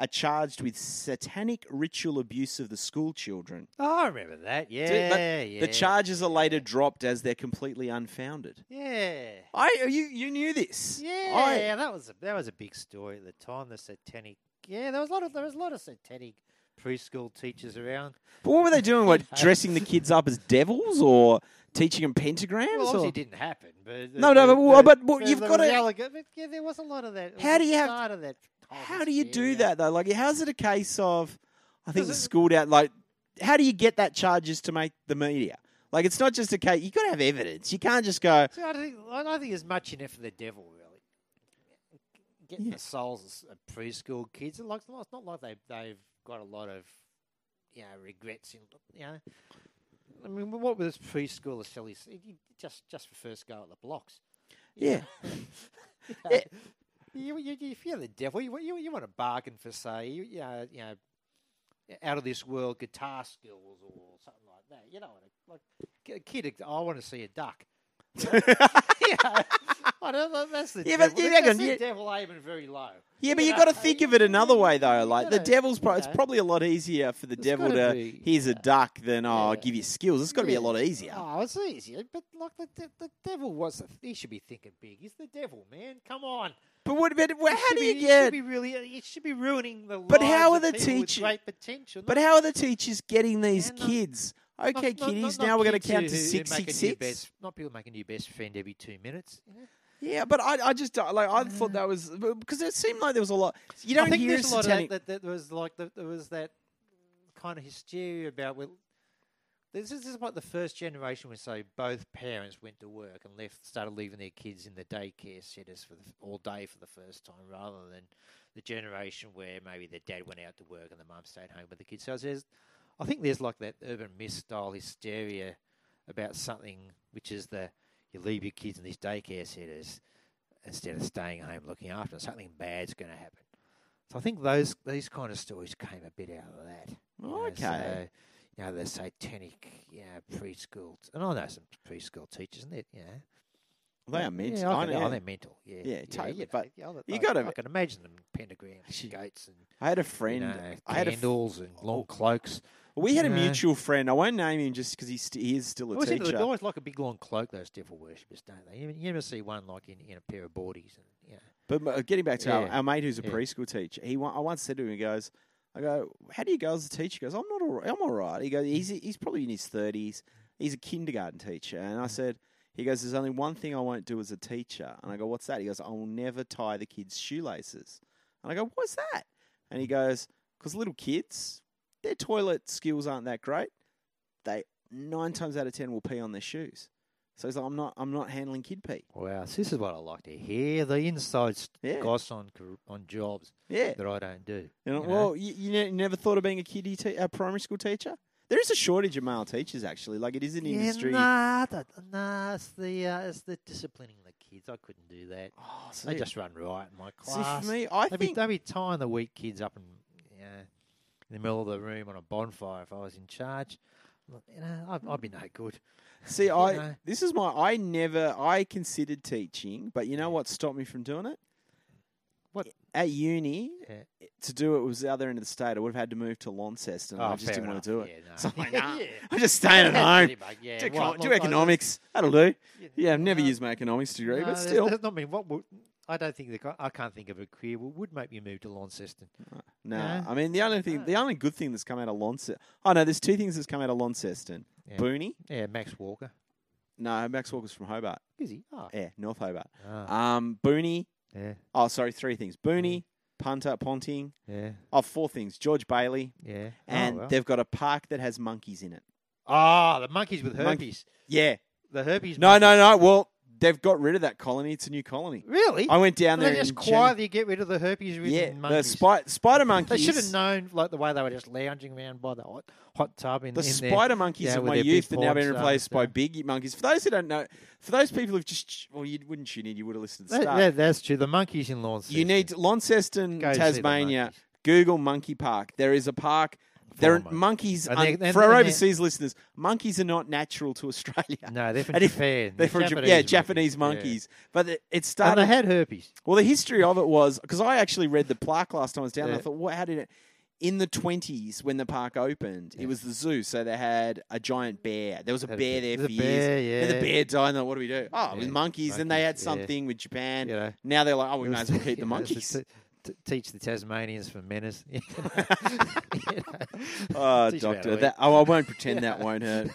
A: are charged with satanic ritual abuse of the school children.
B: Oh, I remember that. Yeah,
A: Dude, but
B: yeah.
A: The charges are later dropped as they're completely unfounded.
B: Yeah.
A: I you you knew this.
B: Yeah, that was a, that was a big story at the time. The satanic, yeah, there was a lot of there was a lot of satanic preschool teachers around.
A: But what were they doing? What dressing the kids up as devils or teaching them pentagrams?
B: Well,
A: or-
B: obviously, it didn't happen. But
A: No, no, but- well, but- but you've
B: there
A: gotta-
B: was alleg- but, yeah, there was a lot of that. It
A: How
B: was
A: do
B: the
A: you have-
B: start of that whole
A: How do you do
B: hysteria.
A: that though? Like, how's it a case of? I think
B: Does
A: the
B: it-
A: school down. Like, how do you get that charges to make the media? Like, it's not just a case. You got to have evidence. You can't just go.
B: See, I don't think I don't think there's much in it for the devil really. Getting
A: Yeah.
B: the souls of preschool kids, it's like- it's not like they they've got a lot of you know regrets. In, you know, I mean, what was preschool silly? s- you- Just just for first go at the blocks. you
A: Yeah.
B: know. You know,
A: Yeah.
B: You, you, you, if you're the devil, you, you, you want to bargain for say you, you know you know out of this world guitar skills or something like that. You know, like a kid, I want to see a duck. yeah, I don't know, that's the
A: Yeah, but
B: devil.
A: you
B: that's
A: reckon
B: the
A: you-
B: devil aiming very low.
A: Yeah, but
B: You
A: you
B: know,
A: got to think of it another way though.
B: you
A: Like the
B: gotta-
A: devil's, pro-
B: you
A: it's
B: know.
A: probably a lot easier for the
B: It's
A: devil
B: gotta
A: to
B: be,
A: here's a
B: yeah.
A: duck than oh, I'll
B: Yeah.
A: give you skills. It's got to be a
B: Yeah.
A: lot easier.
B: Oh, it's easy, but like the de- the devil was he should be thinking big. He's the devil, man. Come on,
A: But what? But
B: He
A: how
B: should
A: do
B: be-
A: you
B: he
A: get?
B: Should be really, it should be ruining the.
A: But
B: lives
A: how
B: of
A: are the
B: people with
A: teacher-
B: Great potential.
A: But how are the teachers getting these
B: Yeah, no.
A: kids?
B: Not-
A: Okay,
B: not- not-
A: kiddies.
B: not
A: Now we're going to
B: kids who-
A: count to
B: who- who
A: six,
B: make
A: six,
B: a new
A: six.
B: best- Not people making a new best friend every two minutes. you know?
A: Yeah, but I, I just don't- like I thought that was because it seemed like there was a lot. You don't
B: Mm. I think
A: hear
B: there's a lot
A: satanic.
B: of that, that, that was like the, there was that kind of hysteria about well, this is, this is what the first generation would say. Both parents went to work and left, started leaving their kids in the daycare centres for the, all day for the first time, rather than the generation where maybe the dad went out to work and the mum stayed home with the kids. So there's, I think there's like that urban myth style hysteria about something which is the you leave your kids in these daycare centres instead of staying home looking after them. Something bad's going to happen. So I think those these kind of stories came a bit out of that. you know,
A: Okay.
B: so, you know, the satanic, you know, preschool, and I know some preschool teachers, isn't it? Yeah,
A: they
B: Yeah,
A: are mental.
B: Yeah, I
A: I
B: can- oh,
A: know.
B: they're mental. Yeah,
A: Yeah, totally,
B: you know,
A: but
B: yeah, I-
A: you
B: I-
A: gotta-
B: I can imagine them pentagrams, and goats, and
A: I had a
B: you
A: friend.
B: know,
A: I had a. f- Oh.
B: candles and long cloaks.
A: We had a
B: Yeah.
A: mutual friend. I won't name him just because he's st- he is still a
B: Always, into the-
A: teacher.
B: they always like a big long cloak. Those devil worshippers, don't they? You, you never see one like in, in a pair of boardies, and you know.
A: But m- uh, getting back to our,
B: Yeah.
A: our mate who's a
B: Yeah.
A: preschool teacher, he wa- I once said to him, he goes, I go, how do you go as a teacher? He goes, I'm not all right. I'm all right. He goes, he's, he's probably in his 30s. He's a kindergarten teacher. And I
B: Mm.
A: said, he goes, there's only one thing I won't do as a teacher. And I go, what's that? He goes, I will never tie the kids' shoelaces. And I go, what's that? And he
B: Mm.
A: goes, because little kids, their toilet skills aren't that great. They nine times out of ten will pee on their shoes. So he's like, I'm not, I'm not handling kid pee.
B: Wow, so this is what I like to hear. The inside s-
A: Yeah.
B: goss on car- on jobs
A: Yeah.
B: that I don't do.
A: You know,
B: you know?
A: well, you, you ne- never thought of being a kiddie te- a primary school teacher? There is a shortage of male teachers, actually. Like it is an industry.
B: Yeah, nah, that, nah, it's the uh, it's the disciplining the kids. I couldn't do that.
A: Oh, see,
B: They just run riot in my
A: see,
B: class.
A: for me, I
B: they'd, be,
A: think
B: they'd be tying the weak kids up in, you know, in the middle of the room on a bonfire if I was in charge. Look, You know, I'd, I'd be no good.
A: see,
B: you
A: I
B: know.
A: this is my I never I considered teaching, but you know what stopped me from doing it?
B: What?
A: At uni,
B: Yeah.
A: to do it was the other end of the state. I would have had to move to Launceston. and I
B: Oh,
A: just
B: fair
A: didn't want to do
B: enough.
A: it.
B: Yeah, no.
A: So I'm like, nah,
B: Yeah.
A: I'm just staying at home.
B: Pretty much, yeah.
A: Do,
B: Well,
A: econ- do
B: look, I-
A: economics. That'll do. Yeah, I've never
B: no.
A: used my economics degree,
B: No,
A: but
B: there's-
A: still.
B: there's not many. What would, I don't think the, co- I can't think of a career would, would make me move to Launceston.
A: No,
B: No? Oh.
A: I mean the only thing,
B: No.
A: the only good thing that's come out of Launceston. Oh no, there's two things that's come out of Launceston.
B: Yeah.
A: Booney.
B: Yeah, Max Walker.
A: No, Max Walker's from Hobart.
B: Is he? Oh,
A: Yeah, North Hobart.
B: ah,
A: Um, Booney.
B: yeah,
A: Oh, sorry, three things.
B: Mm.
A: Booney, Punter, Ponting.
B: yeah,
A: Oh, four things. George Bailey,
B: yeah.
A: and
B: oh, well.
A: they've got a park that has monkeys in it.
B: Ah, the monkeys with
A: Monk-
B: herpes.
A: Yeah.
B: The herpes.
A: No, no,
B: monkeys.
A: no. Well, they've got rid of that colony. It's a new colony.
B: Really?
A: I went down
B: And
A: there.
B: they just
A: in
B: quietly get rid of the herpes
A: Jan- yeah,
B: ridden
A: the
B: monkeys.
A: spi- spider
B: they
A: monkeys.
B: should have known, like the way they were just lounging around by the hot, hot tub in
A: The
B: in there.
A: spider monkeys
B: yeah,
A: of
B: with
A: my
B: their
A: youth
B: big
A: have now been
B: paws, uh,
A: replaced by
B: yeah.
A: big monkeys. For those who don't know, for those people who've just well, you wouldn't tune in, you would have listened to the
B: That-
A: start.
B: that- that's true. The monkeys in Launceston.
A: you need Launceston,
B: Go see the
A: Tasmania.
B: monkeys.
A: Google Monkey Park. There is a park There are
B: Follow, mate.
A: monkeys
B: And
A: un-
B: they- and-
A: for our
B: and they-
A: overseas listeners. Monkeys are not natural to Australia.
B: No, they're from
A: And if-
B: Japan.
A: They're from Jap- yeah, Japanese monkeys. But it, it
B: Yeah. And
A: started.
B: they had herpes.
A: well, the history of it was because I actually read the plaque last time I was down. And I
B: Yeah.
A: thought, well, how did it? In the twenties, when the park opened, it
B: Yeah.
A: was the zoo, so they had a giant bear. There was a
B: Had a
A: bear
B: bear-
A: there for
B: there's a
A: years.
B: bear,
A: Then the
B: yeah.
A: bear died. And they're like, what do we do? Oh, it was
B: Yeah,
A: monkeys. Then they
B: monkeys,
A: had
B: yeah.
A: something with Japan.
B: You know,
A: Now they're like, oh, we
B: It
A: might
B: was-
A: as well keep the
B: you know, it's
A: monkeys.
B: to- to teach the Tasmanians from menace. You know?
A: Oh,
B: Teach 'em how to
A: doctor,
B: eat.
A: that, oh, I won't pretend that won't hurt.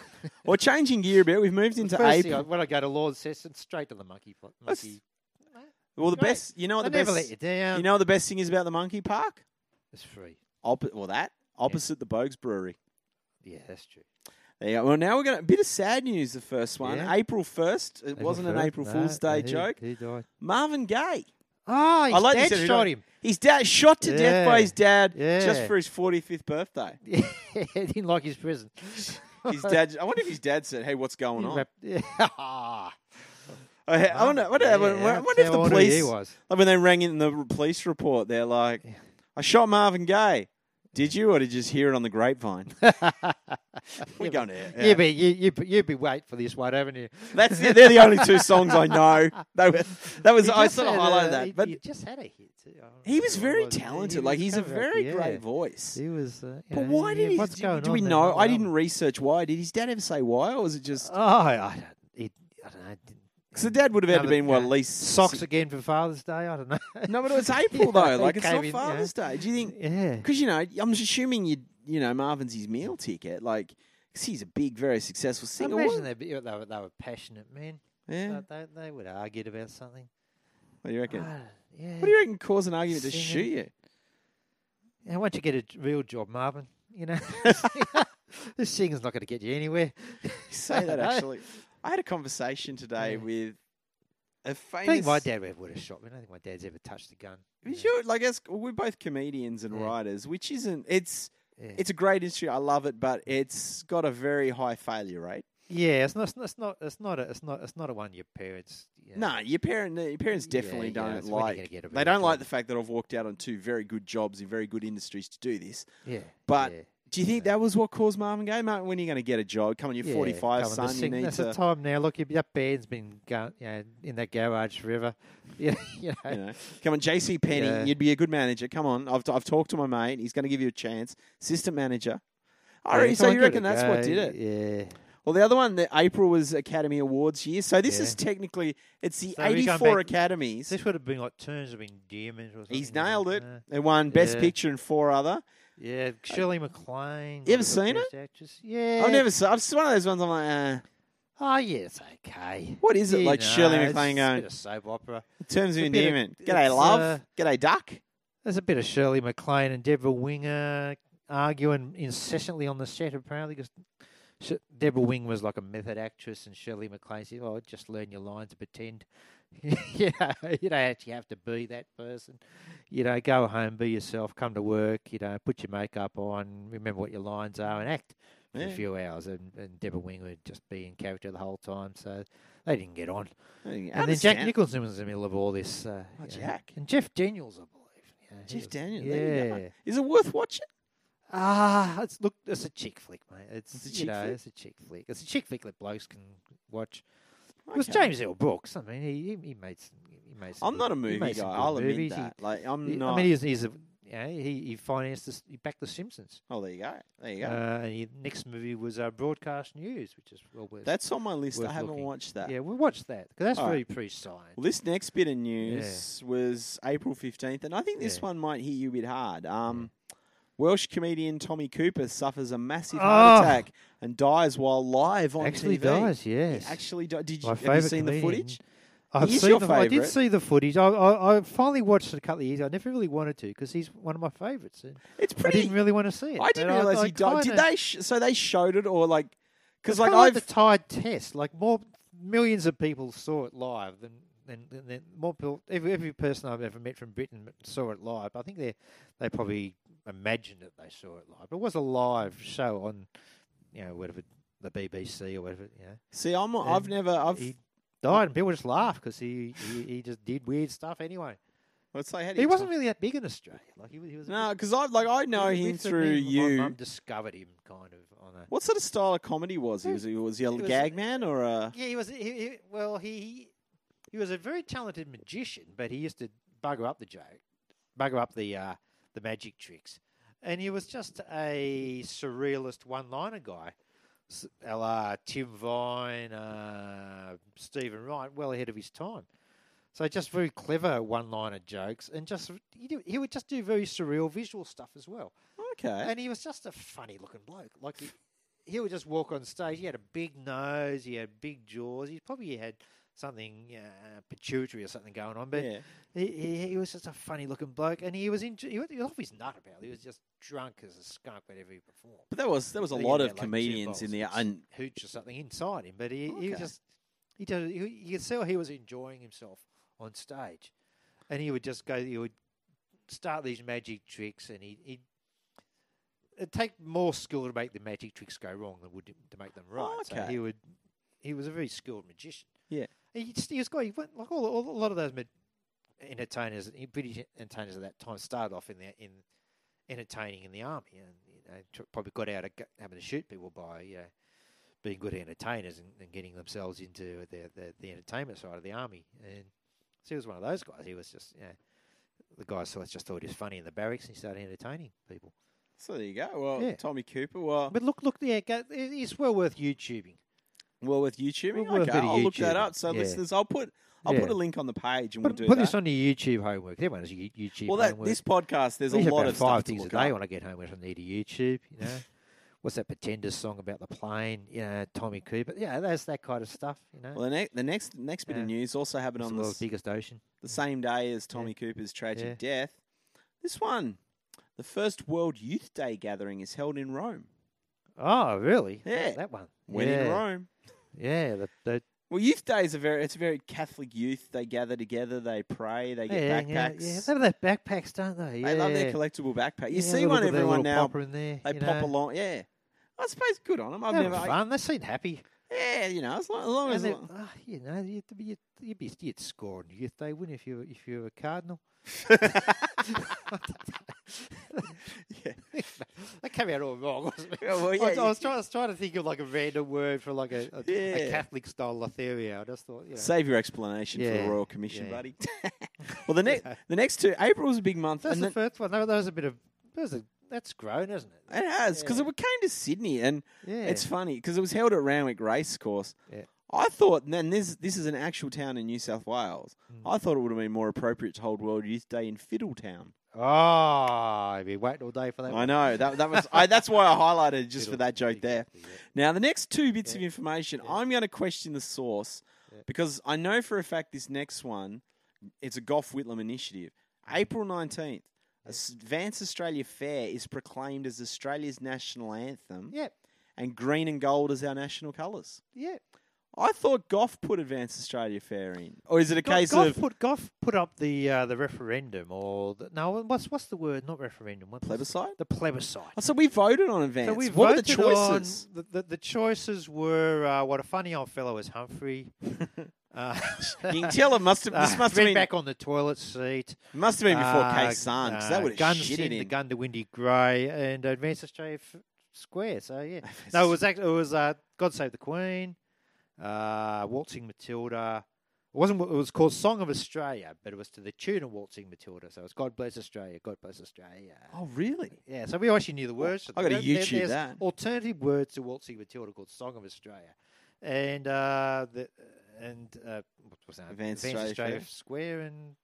A: Or changing gear a bit, we've moved into
B: First thing I,
A: April.
B: when I go to Lord Sesson, straight to the monkey. pl-
A: That's-
B: monkey.
A: Well, the
B: Great.
A: best, you know what
B: I
A: the
B: never
A: best,
B: let you down.
A: you know what the best thing is about the monkey park.
B: it's free.
A: Oppo- well, that opposite the Bogues Brewery.
B: Yeah, that's true.
A: There you go. Well, now we're going to a bit of sad news. The first one,
B: Yeah.
A: April first. It
B: April
A: wasn't an
B: first?
A: April
B: No,
A: Fool's Day
B: no, he-
A: joke.
B: He died.
A: Marvin Gaye.
B: Oh, his
A: I like that you
B: dad
A: said he
B: shot
A: died.
B: him.
A: His dad shot to death by
B: Yeah.
A: his dad just
B: Yeah.
A: for his forty fifth birthday.
B: he didn't like his prison.
A: His dad. I wonder if his dad said, "Hey, what's going
B: He
A: on?"
B: wrapped- Ah,
A: I, I wonder. I wonder, I wonder- I
B: yeah,
A: wonder if
B: how
A: the
B: ornery he
A: police.
B: was.
A: Like when they rang in the r- police report, they're like, "I shot Marvin Gaye." Did you, or did you just hear it on the grapevine? We're going to.
B: Yeah, but you, you, you be wait for this one, haven't you?
A: That's it. They're the only two songs I know. They were, that was
B: He
A: I
B: just
A: sort of
B: had, uh,
A: highlighted
B: he,
A: that, but
B: he just had a hit. Too. I don't
A: he was
B: know what
A: very
B: it Yeah, he
A: talented.
B: was
A: Like he's a
B: cover up,
A: very
B: yeah.
A: great voice.
B: He was. Uh, you
A: But
B: know,
A: why
B: yeah,
A: did he?
B: What's
A: do,
B: going
A: do
B: on
A: we
B: there?
A: know?
B: What's
A: I
B: going
A: didn't
B: on?
A: research why. Did his dad ever say why, or was it just?
B: Oh, I don't. He, I don't know. Didn't-
A: Because the dad would have had to
B: another-
A: been well, at
B: yeah.
A: least
B: socks again for Father's Day. I don't know.
A: No, but it was April though.
B: Yeah,
A: Like
B: it
A: it's not
B: came in, yeah.
A: Father's Day. Do you think?
B: yeah.
A: Because you know, I'm assuming you you know Marvin's his meal ticket. Like, 'cause he's a big, very successful
B: I
A: singer.
B: imagine
A: wasn't-
B: they'd be, they, were, they were passionate, man.
A: Yeah.
B: They- They, they would argue about something.
A: What do you reckon?
B: I don't- yeah.
A: What do you reckon caused an argument to
B: Singing.
A: shoot you?
B: And once you get a j- real job, Marvin, you know, this singing's not going to get you anywhere.
A: Say that
B: I-
A: actually. I had a conversation today
B: Yeah.
A: with a
B: I
A: famous.
B: think my dad would- would have shot me. I don't think my dad's ever touched a gun. you
A: Is
B: know.
A: your- like as we're both comedians and
B: Yeah.
A: writers, which isn't it's
B: Yeah.
A: it's a great industry. I love it, but it's got a very high failure rate.
B: yeah, it's not, it's not, it's not, a, it's not, it's not a one your parents. You know,
A: No, your parent your parents
B: Yeah,
A: definitely
B: yeah,
A: don't
B: it's when you're
A: like
B: gonna get a bit
A: they
B: of
A: don't like
B: trouble.
A: the fact that I've walked out on two very good jobs in very good industries to do this.
B: yeah,
A: but
B: yeah.
A: Do you think that was what caused Marvin Gaye? Martin, when are you going to get a job? Come on, you're
B: Yeah,
A: 45,
B: come on,
A: son.
B: this
A: You
B: thing-
A: need
B: that's the
A: to,
B: time now. Look, your- that band's been go, you know, in that garage forever. Yeah, you know.
A: you know, come on, JC Penny.
B: Yeah.
A: You'd be a good manager. Come on, I've, I've talked to my mate. He's going to give you a chance. Assistant manager. I
B: Yeah,
A: reckon,
B: come
A: so
B: on,
A: you
B: give it a
A: reckon that's what
B: go.
A: did it?
B: Yeah.
A: Well, the other one, the April was Academy Awards year. So this
B: Yeah.
A: is technically it's the
B: So we're going
A: 84
B: back-
A: academies.
B: This would have been like terms of endearment or something.
A: He's nailed it.
B: Uh,
A: It won Best
B: Yeah.
A: Picture and four other.
B: yeah, Shirley MacLaine.
A: You ever
B: was the
A: seen
B: best actress. Yeah.
A: I've never. saw- I've it's one of those ones. I'm like, uh,
B: Oh, yeah, it's okay.
A: what is it
B: You
A: like? Shirley
B: know,
A: MacLaine
B: it's a
A: going
B: bit of soap opera.
A: in terms of
B: a bit of-
A: endearment. G'day,
B: it's,
A: love.
B: uh,
A: G'day, duck.
B: There's a bit of Shirley MacLaine and Deborah Winger arguing incessantly on the set, apparently, because Deborah Wing was like a method actress, and Shirley MacLaine said, "Oh, just learn your lines and pretend. you know, you don't actually have to be that person. You know, go home, be yourself, come to work. You know, put your makeup on, remember what your lines are, and act." For
A: Yeah.
B: a few hours, and, and Deborah Wing would just be in character the whole time, so they didn't get on. And then Jack Nicholson was in the middle of all this. Uh,
A: Oh,
B: you know.
A: Jack.
B: And Jeff Daniels, I believe. Yeah, he
A: Jeff
B: was-
A: Daniels. there you go.
B: Yeah.
A: Is it worth watching?
B: Ah, it's look, it's a chick flick, mate. It's,
A: It's a
B: you
A: chick
B: know,
A: flick?
B: it's a chick flick. It's a chick flick that blokes can watch. It was
A: Okay.
B: James L. Brooks. I mean, he he he made some. He made some
A: I'm
B: good-
A: not a
B: he
A: movie guy.
B: made some good
A: I'll admit
B: movies. He-
A: that. Like I'm
B: he-
A: not.
B: I mean, he's he's a. Yeah, he, he financed this. He backed The Simpsons.
A: oh, there you go. There you go.
B: Uh, and his next movie was uh, Broadcast News, which is well worth.
A: That's on my list. I
B: worth
A: haven't
B: looking.
A: watched that.
B: yeah, we'll watch that because that's
A: All
B: very
A: right.
B: pre-science.
A: Well, this next bit of news was April 15th, and I think this
B: Yeah.
A: one might hit you a bit hard. Um, Welsh comedian Tommy Cooper suffers a massive
B: Oh.
A: heart attack and dies while live on
B: Actually
A: TV.
B: does, yes.
A: He actually died. Did you,
B: My
A: have you
B: favourite
A: seen the
B: comedian.
A: footage?
B: I've
A: He is
B: seen
A: your
B: the, I did
A: favourite.
B: see the footage. I, I, I finally watched it a couple of years. I never really wanted to because he's one of my favourites. and
A: It's
B: I
A: pretty.
B: didn't really want to see it.
A: I didn't
B: but
A: realize
B: I
A: he died. Did
B: kinda-
A: they? Sh- so they showed it, or like, because
B: It's
A: like
B: kinda like
A: I've
B: the Tide Test. Like more millions of people saw it live than than, than, than more people. Every, every person I've ever met from Britain saw it live. I think they they probably imagined that they saw it live. It was a live show on you know whatever the BBC or whatever. You know.
A: see. I'm. I've
B: and
A: never. I've.
B: he died and people just laughed because he, he he just did weird stuff anyway.
A: Let's say, how do
B: He
A: you
B: wasn't
A: talk-
B: really that big in Australia. Like he was. He was a
A: No, because I like I
B: bit-
A: know
B: he
A: him
B: was a
A: through
B: bit- My mum
A: you.
B: discovered him kind of on a.
A: What sort of style of comedy was he? Was he was he a
B: He was-
A: gag man or a?
B: Yeah, he was. He, he, well, he he was a very talented magician, but he used to bugger up the joke, bugger up the uh, the magic tricks, and he was just a surrealist one-liner guy, S- a la Tim Vine, uh, Stephen Wright, well ahead of his time. So just very clever one-liner jokes, and just he, do, he would just do very surreal visual stuff as well.
A: Okay.
B: And he was just a funny looking bloke. Like he, he would just walk on stage. He had a big nose. He had big jaws. He probably had something uh, pituitary or something going on. But
A: Yeah.
B: he, he, he was just a funny looking bloke. And he was in, he was he was off his nut about. it. He was just drunk as a skunk whenever he performed.
A: But that was there was a
B: I think
A: lot
B: he
A: of
B: had, like, two
A: comedians
B: bowls
A: in there.
B: of
A: And
B: Hooch or something inside him. But he, he was
A: Okay.
B: just he did, he, you could tell he was enjoying himself on stage, and he would just go. He would start these magic tricks, and he he. It'd take more skill to make the magic tricks go wrong than would to make them right. So
A: okay.
B: he would, he was a very skilled magician.
A: Yeah.
B: And he just he was going he went, like all, all a lot of those mid entertainers, British entertainers at that time started off in the in entertaining in the army, and you know, tr- probably got out of gu- having to shoot people by you know, being good entertainers and, and getting themselves into the, the the entertainment side of the army. And so he was one of those guys. He was just you know, the guys thought just thought he was funny in the barracks, and he started entertaining people.
A: so there you go. Well,
B: Yeah.
A: Tommy Cooper. Well,
B: But look, look, yeah, go, it- it's well worth YouTubing.
A: well with YouTubing.
B: Well, with
A: okay,
B: a bit of
A: I'll look that
B: YouTubing,
A: up. So
B: yeah.
A: listeners, I'll put I'll
B: Yeah.
A: put a link on the page and
B: Put,
A: we'll do
B: put
A: that.
B: this on your YouTube homework. Everyone has you- YouTube
A: well, that
B: homework.
A: this podcast there's a
B: These are
A: lot
B: about
A: of
B: five
A: stuff to
B: things
A: look
B: a day
A: up.
B: when I get home. I need to YouTube. You know, what's that pretender song about the plane? You know, Tommy Cooper. Yeah, that's that kind of stuff. You know,
A: Well, the, ne- the next next bit of
B: Yeah.
A: news also happened
B: it's the
A: on the,
B: world's
A: s-
B: biggest ocean.
A: the same day as Tommy Cooper's tragic
B: Yeah.
A: death. This one, the first World Youth Day gathering is held in Rome.
B: Oh, really? That-
A: Yeah.
B: that, one.
A: When
B: yeah.
A: in Rome.
B: Yeah, the, the,
A: Well, Youth Day is a very it's a very Catholic youth. They gather together, they pray, they get
B: yeah, yeah,
A: backpacks.
B: yeah. They have those backpacks, don't they? Yeah.
A: They love their collectible backpack. You
B: Yeah,
A: see
B: look
A: one
B: at their
A: everyone
B: little
A: now.
B: popper in there,
A: They
B: you
A: pop
B: know.
A: along. Yeah, I suppose good on them. I've
B: They're
A: never.
B: having
A: I-
B: fun. They seem happy.
A: yeah, you know, as long as, long
B: And
A: as
B: they- ah, you know, you'd, you'd, you'd be you'd score on youth day, wouldn't you, if you were- if you were a cardinal?
A: yeah.
B: that came out all wrong. Wasn't it?
A: Yeah, well,
B: I, was,
A: yeah,
B: I, was trying, I was trying to think of like a random word for like a, a,
A: Yeah.
B: a Catholic style Lothario. I just thought, you know,
A: Save your explanation for
B: Yeah,
A: the Royal Commission,
B: yeah.
A: buddy. well, the next the next two April's a big month,
B: that's
A: and
B: the
A: then-
B: first one. That that was a bit of that was a, that's grown, isn't it?
A: it has because
B: Yeah.
A: it came to Sydney, and
B: Yeah,
A: Uh, it's funny because it was held at Randwick Racecourse.
B: Yeah.
A: I thought, and then this this is an actual town in New South Wales.
B: Mm.
A: I thought it would have been more appropriate to hold World Youth Day in Fiddletown.
B: oh, I'd be waiting all day for that.
A: I
B: one.
A: know that that was I, that's why I highlighted it just for
B: Fiddle-
A: that joke there.
B: exactly, yeah.
A: Now, the next two bits of
B: Yeah.
A: information,
B: Yeah.
A: I'm going to question the source
B: Yeah.
A: because I know for a fact this next one, it's a Gough Whitlam initiative.
B: Mm-hmm.
A: April 19th, As- Vance Australia Fair is proclaimed as Australia's national anthem,
B: Yeah,
A: and green and gold as our national colours.
B: yeah.
A: I thought Gough put Advance Australia Fair in. Or is it a
B: Goff,
A: case
B: Goff
A: of
B: put Goff put up the uh, the referendum or the, no? What's what's the word? Not referendum. What,
A: plebiscite?
B: The plebiscite.
A: Oh, so we voted on Advance.
B: So we
A: what were the
B: voted
A: choices?
B: On, the, the, the choices were uh, what a funny old fellow was Humphrey. uh,
A: You can tell it must have, this
B: uh,
A: must have been,
B: back on the toilet seat.
A: must have been before
B: uh,
A: Case Sun, because that
B: uh,
A: would have
B: Guns
A: shit
B: in
A: it
B: the
A: in.
B: gun to Windy Grey and Advanced Australia F- Square. So yeah, no, it was actually it was uh, God Save the Queen, uh, Waltzing Matilda. It wasn't. It was called Song of Australia, but it was to the tune of Waltzing Matilda. So it's God Bless Australia, God Bless Australia.
A: Oh, really?
B: Yeah, so we actually knew the words. to
A: I
B: them.
A: gotta
B: There-
A: YouTube
B: there's
A: that.
B: Alternative words to Waltzing Matilda called "Song of Australia," and uh, the and uh, what was that?
A: Advanced Australia
B: Australia,
A: Fair.
B: Square, and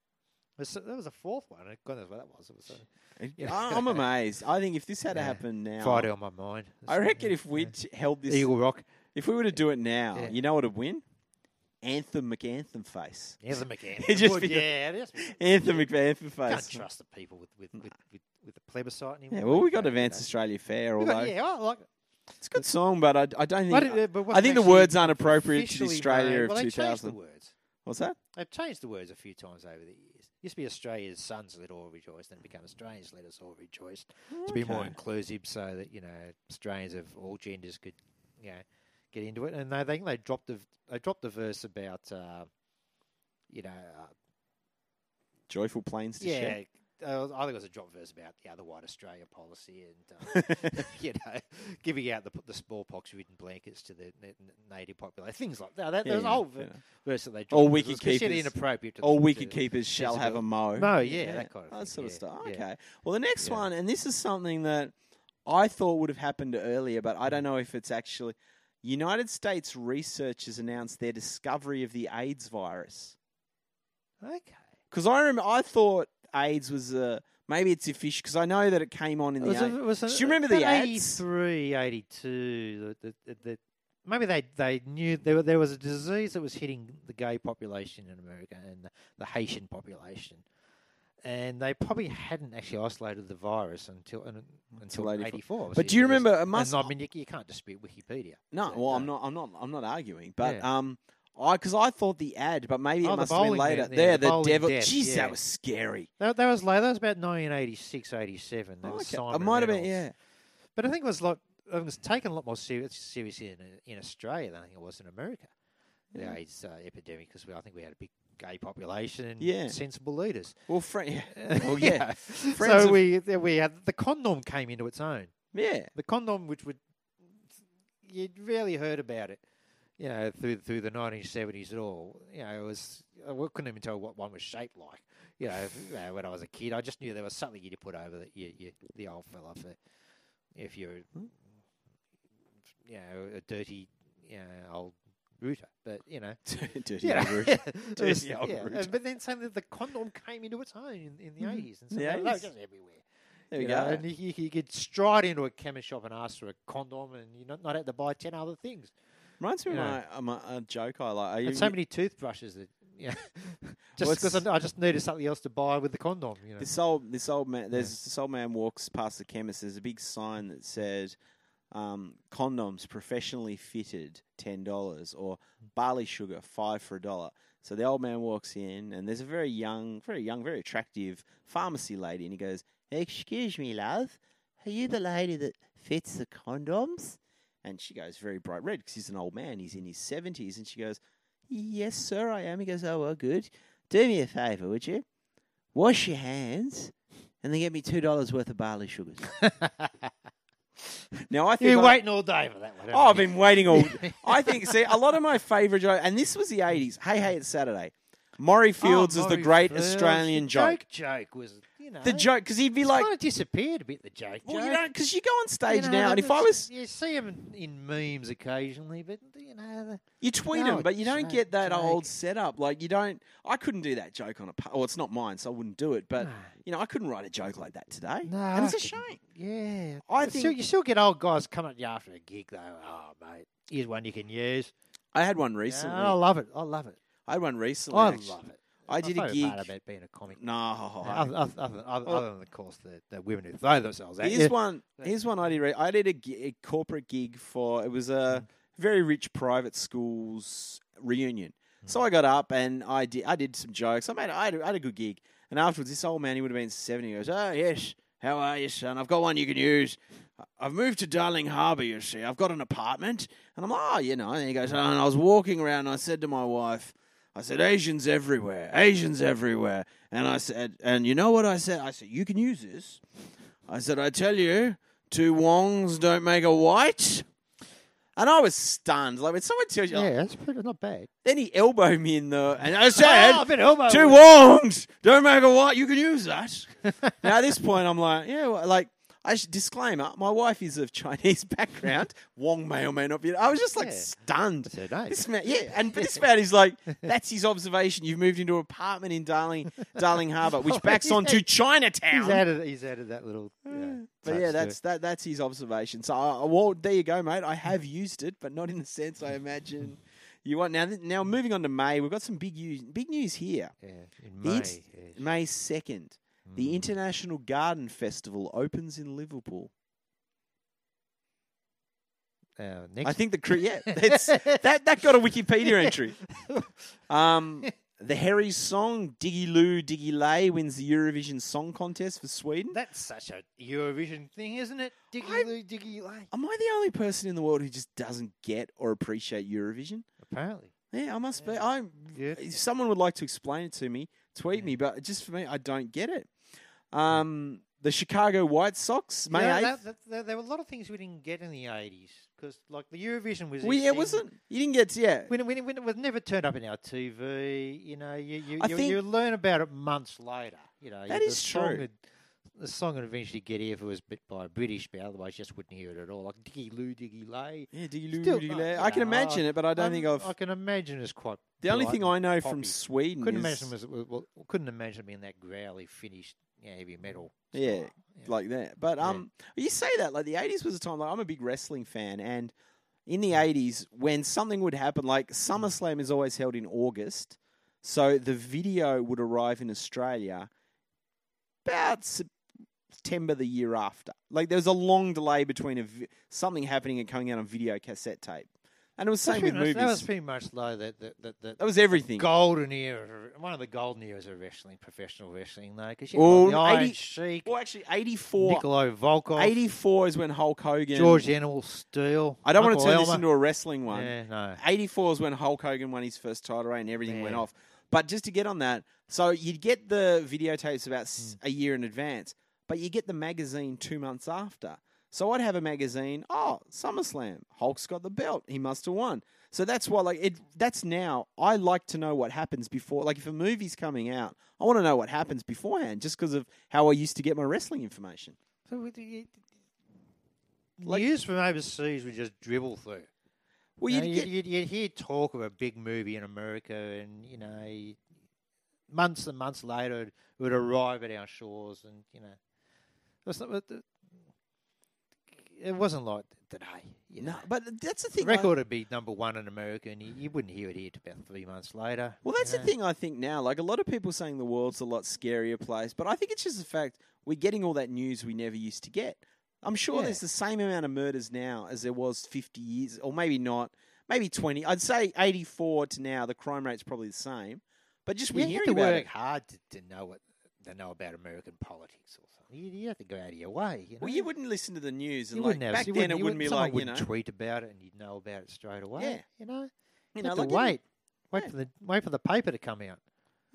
B: there's- there was a fourth one. I God knows what that was. It was uh,
A: I-
B: Yeah.
A: I'm amazed. I think if this had to
B: Yeah.
A: happen now,
B: Friday on my mind.
A: I reckon if we'd held this,
B: Eagle Rock,
A: if we were to do it now,
B: Yeah.
A: you know what would win? Anthem McAnthem face.
B: here's a McGann.
A: It'd just
B: Would-
A: be the-
B: yeah, it is.
A: Anthem McAnthem
B: Can't
A: face.
B: trust the people with with, with, with, with the plebiscite anymore.
A: Yeah, well, we got
B: They-
A: Advanced
B: they-
A: Australia Fair,
B: we
A: although
B: got, yeah, I like it.
A: it's a good song, but I, I don't think.
B: I
A: I,
B: didn't- but
A: I
B: it uh, wasn't
A: think the
B: actually
A: words aren't appropriate to the
B: officially
A: Australia
B: named.
A: of
B: well, they changed
A: 2000.
B: the words.
A: What's that?
B: They've changed the words a few times over the years. It used to be Australia's sons let all rejoice, then it became Australians let us all rejoice to be more
A: Okay.
B: inclusive, so that you know Australians of all genders could, you know, get into it. And they, they they dropped the they dropped the verse about, uh, you know, uh,
A: joyful planes to
B: yeah,
A: share.
B: uh, I think it was a drop verse about the other white Australia policy and um, you know giving out the, the smallpox ridden blankets to the na- na- native population, things like that. that there's a
A: Yeah,
B: whole
A: yeah.
B: verse that they dropped.
A: Or
B: which was
A: wicket
B: considered
A: keepers.
B: inappropriate. To
A: All
B: the-
A: wicket
B: to-
A: keepers shall have a mo.
B: Mo, yeah, that kind of
A: that
B: thing,
A: sort of
B: yeah,
A: stuff.
B: yeah.
A: Okay. Well, the next
B: Yeah.
A: one, and this is something that I thought would have happened earlier, but I don't know if it's actually. United States researchers announced their discovery of the AIDS virus.
B: Okay.
A: Because I remember, I thought AIDS was a maybe it's a fish. Because I know that it came on in the.
B: Was
A: eight-
B: it- was it-
A: Do you remember the
B: about
A: ads?
B: 83, 82, that- that- that- maybe they, they knew there, were- there was a disease that was hitting the gay population in America and the, the Haitian population. And they probably hadn't actually isolated the virus until un- until,
A: Until 84.
B: 84. obviously,
A: But do you
B: it was-
A: remember? It
B: and
A: must.
B: I mean, you, you can't dispute Wikipedia.
A: no,
B: so,
A: well, I'm
B: no.
A: not. I'm not. I'm not arguing. But
B: Yeah.
A: um, I because I thought the ad, but maybe it
B: Oh, the
A: must have been
B: bowling
A: later.
B: man, yeah,
A: there,
B: the
A: the
B: bowling
A: devil.
B: death,
A: Jeez,
B: yeah.
A: that was scary.
B: That, that was later. That was about 1986, 87. That was
A: Oh, Okay.
B: Simon
A: It might have been.
B: Reynolds.
A: Yeah.
B: But I think it was like it was taken a lot more serious, seriously in in Australia than I think it was in America.
A: Yeah.
B: The AIDS uh, epidemic because I think we had a big gay population and
A: Yeah.
B: sensible leaders.
A: Well, Frank. Yeah. Well,
B: You
A: yeah.
B: know,
A: Friends
B: so
A: of-
B: we there we had the condom came into its own.
A: yeah.
B: The condom, which would you'd rarely heard about it, you know, through through the 1970s at all. You know, it was I couldn't even tell what one was shaped like. You know, if- you know, when I was a kid, I just knew there was something you'd put over the you, you, the old fella for if you're,
A: Hmm?
B: you know, a dirty, you know, old rooter. But you know,
A: Dirty
B: yeah,
A: old
B: yeah.
A: roof.
B: It
A: Dirty
B: was-
A: old
B: yeah.
A: root.
B: And- But then saying that the condom came into its own in, in the
A: Mhm.
B: eighties and
A: The
B: so that was
A: 80s.
B: just everywhere.
A: There we
B: you know,
A: go.
B: and you, you could stride into a chemist shop and ask for a condom, and you're not, not have to buy ten other things.
A: Reminds me of my,
B: Yeah.
A: uh, my a joke I like. Are you,
B: and so many toothbrushes that yeah, just
A: Well,
B: because
A: it's-
B: I, I just needed something else to buy with the condom. You know,
A: This old this old man there's this old man walks past the chemist. There's a big sign that says um, condoms professionally fitted ten dollars or barley sugar five for a dollar. So the old man walks in and there's a very young, very young, very attractive pharmacy lady and he goes, Excuse me, love, are you the lady that fits the condoms? And she goes very bright red because he's an old man. He's in his 70s. And she goes, Yes, sir, I am. He goes, Oh, well, good. Do me a favor, would you? Wash your hands and then get me $2 worth of barley sugars. now, I
B: you're
A: think. I-
B: waiting all day for that one.
A: Oh, I've been waiting all. I think. See, a lot of my favorite jokes, and this was the '80s. Hey, hey, it's Saturday. Maury
B: Oh,
A: Fields is the great Australian joke.
B: joke. Joke was you know
A: The joke, because he'd be
B: It's
A: like,
B: kind of disappeared a bit. The joke.
A: "Well, you
B: joke.
A: don't," because you go on stage
B: You know,
A: now, and
B: that-
A: if I was,
B: you see them in memes occasionally, but you know, the,
A: you tweet them,
B: No,
A: but you don't
B: joke,
A: get that
B: joke.
A: old setup. Like you don't. I couldn't do that joke on a. pu- Well, it's not mine, so I wouldn't do it. But
B: No.
A: you know, I couldn't write a joke like that today,
B: No,
A: and
B: I
A: it's a
B: couldn't.
A: shame.
B: yeah,
A: I
B: I think still,
A: think-
B: you still get old guys coming at you after a gig though. Oh, mate, here's one you can use.
A: I had one
B: Yeah,
A: recently.
B: I love it. I love it.
A: I had one recently.
B: I
A: actually.
B: love it.
A: I
B: My
A: did a
B: favourite
A: gig. Oh,
B: part about being a comic.
A: No,
B: Other, other, other, other,
A: Well-
B: other than, of course, the, the women who throw themselves at
A: Here's
B: you.
A: one.
B: Yeah.
A: Here's one I did. Re- I did a, gi- a corporate gig for. It was a very rich private school's reunion. So I got up and I did. I did some jokes. I made. I had, a, I had a good gig. And afterwards, this old man, he would have been seventy. He goes, "Oh yes, how are you, son? I've got one you can use. I- I've moved to Darling Harbour. You see, I've got an apartment." And I'm like, "Oh, you know." And he goes, "Oh." And I was walking around. and I said to my wife. I said, Asians everywhere, Asians everywhere. And I said, and you know what I said? I said, you can use this. I said, I tell you, two wongs don't make a white. And I was stunned. Like when someone tells you,
B: Yeah, that's pretty, not bad.
A: then he elbowed me in the, and I said,
B: oh, a bit of elbow
A: two
B: work.
A: wongs don't make a white. You can use that. now at this point, I'm like, yeah, well, like I should disclaimer. My wife is of Chinese background. Wong may or may not be. I was just like
B: Yeah.
A: stunned.
B: That's her name.
A: This man, yeah, and but this man is like, that's his observation. You've moved into an apartment in Darling, Darling Harbour, which backs
B: He's
A: onto
B: added-
A: Chinatown.
B: Oh, He's added. He's added that little. you know,
A: But
B: touch
A: yeah,
B: to
A: that's that. That's his observation. So, I, I- well, there you go, mate. I have used it, but not in the sense I imagine you want. Now, th- now moving on to May, we've got some big news. Big news here.
B: it. Yeah, in
A: The
B: May.
A: int-
B: yes. Hmm.
A: May second, the International Garden Festival opens in Liverpool.
B: Uh,
A: I
B: next
A: think the cre- yeah, it's, that that got a Wikipedia entry. Um, the Harry's song "Diggy Loo Diggy Lay" wins the Eurovision Song Contest for Sweden.
B: That's such a Eurovision thing, isn't it? Diggy
A: I-
B: loo, diggy lay.
A: Am I the only person in the world who just doesn't get or appreciate Eurovision?
B: Apparently.
A: Yeah, I must be.
B: Yeah.
A: I'm.
B: Yeah.
A: If someone would like to explain it to me, tweet
B: Yeah.
A: me, but just for me, I don't get it. Um, the Chicago White Sox, May
B: yeah,
A: 8th.
B: that- that- that- there were a lot of things we didn't get in the eighties because, like, the Eurovision was.
A: we, it
B: extended.
A: wasn't. You didn't get yeah.
B: When, it- when, it- when it was never turned up in our TV, you know, you you,
A: I
B: you,
A: think-
B: you learn about it months later. You know,
A: That
B: the
A: is
B: song
A: true.
B: would- the song would eventually get air if it was bit by a British, but otherwise, you just wouldn't hear it at all. Like Diggy Loo, Diggy Lay.
A: Yeah, do you,
B: Still
A: do you,
B: not,
A: la-
B: you
A: I can
B: know, I-
A: imagine it, but I don't think I've.
B: I can imagine it's quite.
A: the only
B: polite
A: thing
B: and
A: I know from
B: poppy.
A: Sweden is
B: couldn't imagine was was- well, couldn't imagine being that growly finished yeah, heavy metal.
A: Yeah,
B: style.
A: like that. But
B: Yeah.
A: um, you say that like the '80s was a time. Like I'm a big wrestling fan, and in the '80s, when something would happen, like SummerSlam is always held in August, so the video would arrive in Australia about September the year after. Like there was a long delay between a vi- something happening and coming out on video cassette tape, and it was
B: That's
A: same
B: pretty
A: with
B: much-
A: movies.
B: That was pretty much like that. That that, that,
A: that was everything.
B: golden era, of- one of the golden eras of wrestling, professional wrestling, though, because you
A: Well,
B: had the Iron
A: 80
B: Sheik,
A: Well, actually, '84.
B: Nikolai Volkov,
A: 84 is when Hulk Hogan.
B: George Animal Steel.
A: I don't want
B: Uncle
A: to turn this
B: Elmer.
A: into a wrestling one.
B: Yeah, no.
A: 84 is when Hulk Hogan won his first title reign and everything went
B: Yeah.
A: off. But just to get on that, so you'd get the videotapes about s
B: Mm.
A: a a year in advance, but you get the magazine two months after. So I'd have a magazine. Oh, SummerSlam, Hulk's got the belt. He must have won. So that's why, like, it. That's now. I like to know what happens before. Like, if a movie's coming out, I want to know what happens beforehand, just because of how I used to get my wrestling information.
B: So we, you,
A: Like-
B: news from overseas we just dribble through.
A: Well,
B: you
A: you'd
B: know,
A: get,
B: you'd, you'd, you'd hear talk of a big movie in America, and you know, months and months later, it would arrive at our shores, and you know, it, was not, it- it wasn't like today. You know,
A: no, but that's the
B: the
A: thing. I-
B: record would be number one in America, and you, you wouldn't hear it here till about three months later.
A: Well,
B: you
A: that's
B: know.
A: the thing I think now. Like a lot of people saying the world's a lot scarier place, but I think it's just the fact we're getting all that news we never used to get. I'm sure
B: Yeah.
A: there's the same amount of murders now as there was 50 years, or maybe not, maybe 20. I'd say 84 to now, the crime rate's probably the same. But just we're
B: You have
A: hearing
B: to
A: about
B: work
A: it.
B: hard to, to know what to know about American politics or something. You, you have to go out of your way. You know?
A: Well, you wouldn't listen to the news, and
B: You
A: like
B: wouldn't have,
A: back
B: you
A: then,
B: wouldn't,
A: it
B: you
A: wouldn't be
B: someone
A: like you know,
B: wouldn't tweet about it, and you'd know about it straight away.
A: Yeah.
B: you know.
A: you
B: You
A: know,
B: have to
A: like it-
B: wait. Wait
A: yeah.
B: for the wait for the paper to come out.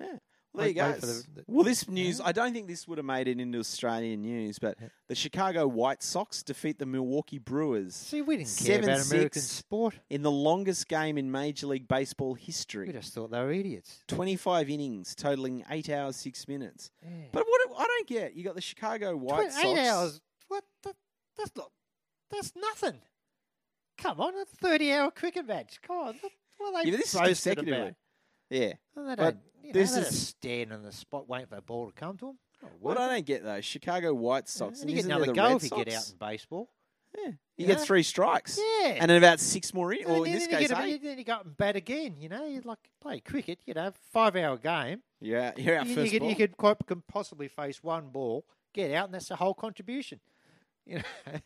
A: Well, there you
B: Wait-
A: go.
B: wait for the- the-
A: well, this news,
B: Yeah.
A: I don't think this would have made it into Australian news, but
B: Yeah.
A: the Chicago White Sox defeat the Milwaukee Brewers
B: See, we didn't care
A: Seven,
B: about American
A: six.
B: sport.
A: in the longest game in Major League Baseball
B: We
A: history.
B: just thought they were idiots.
A: 25 innings, totaling 8 hours, 6 minutes.
B: Yeah.
A: But what I don't get, you got the Chicago White
B: Tw-
A: Sox.
B: eight hours. What? That, that's not. That's nothing. Come on, it's a thirty-hour cricket match. Come on. What, what are they
A: Yeah, but this is
B: boasting
A: consecutively.
B: about?
A: Yeah.
B: Well, they
A: But
B: don't, you
A: this
B: know, they don't
A: is-
B: stand on the spot waiting for the ball to come to them. Oh,
A: What I don't get, though, Chicago White Sox.
B: and you get
A: isn't there
B: another
A: the
B: goal
A: Red
B: if you get out
A: Sox?
B: in baseball.
A: Yeah. You
B: Yeah.
A: get three strikes.
B: Yeah.
A: And then about six more, in,
B: And
A: or in
B: then-
A: this
B: then you
A: case, eh?
B: get a-
A: eight.
B: then you go up and bat again. You know, you like play cricket. You know, five-hour game.
A: You're out, you're out
B: you, you
A: first
B: could,
A: ball.
B: you could quite, can possibly face one ball, get out, and that's the whole contribution. You know,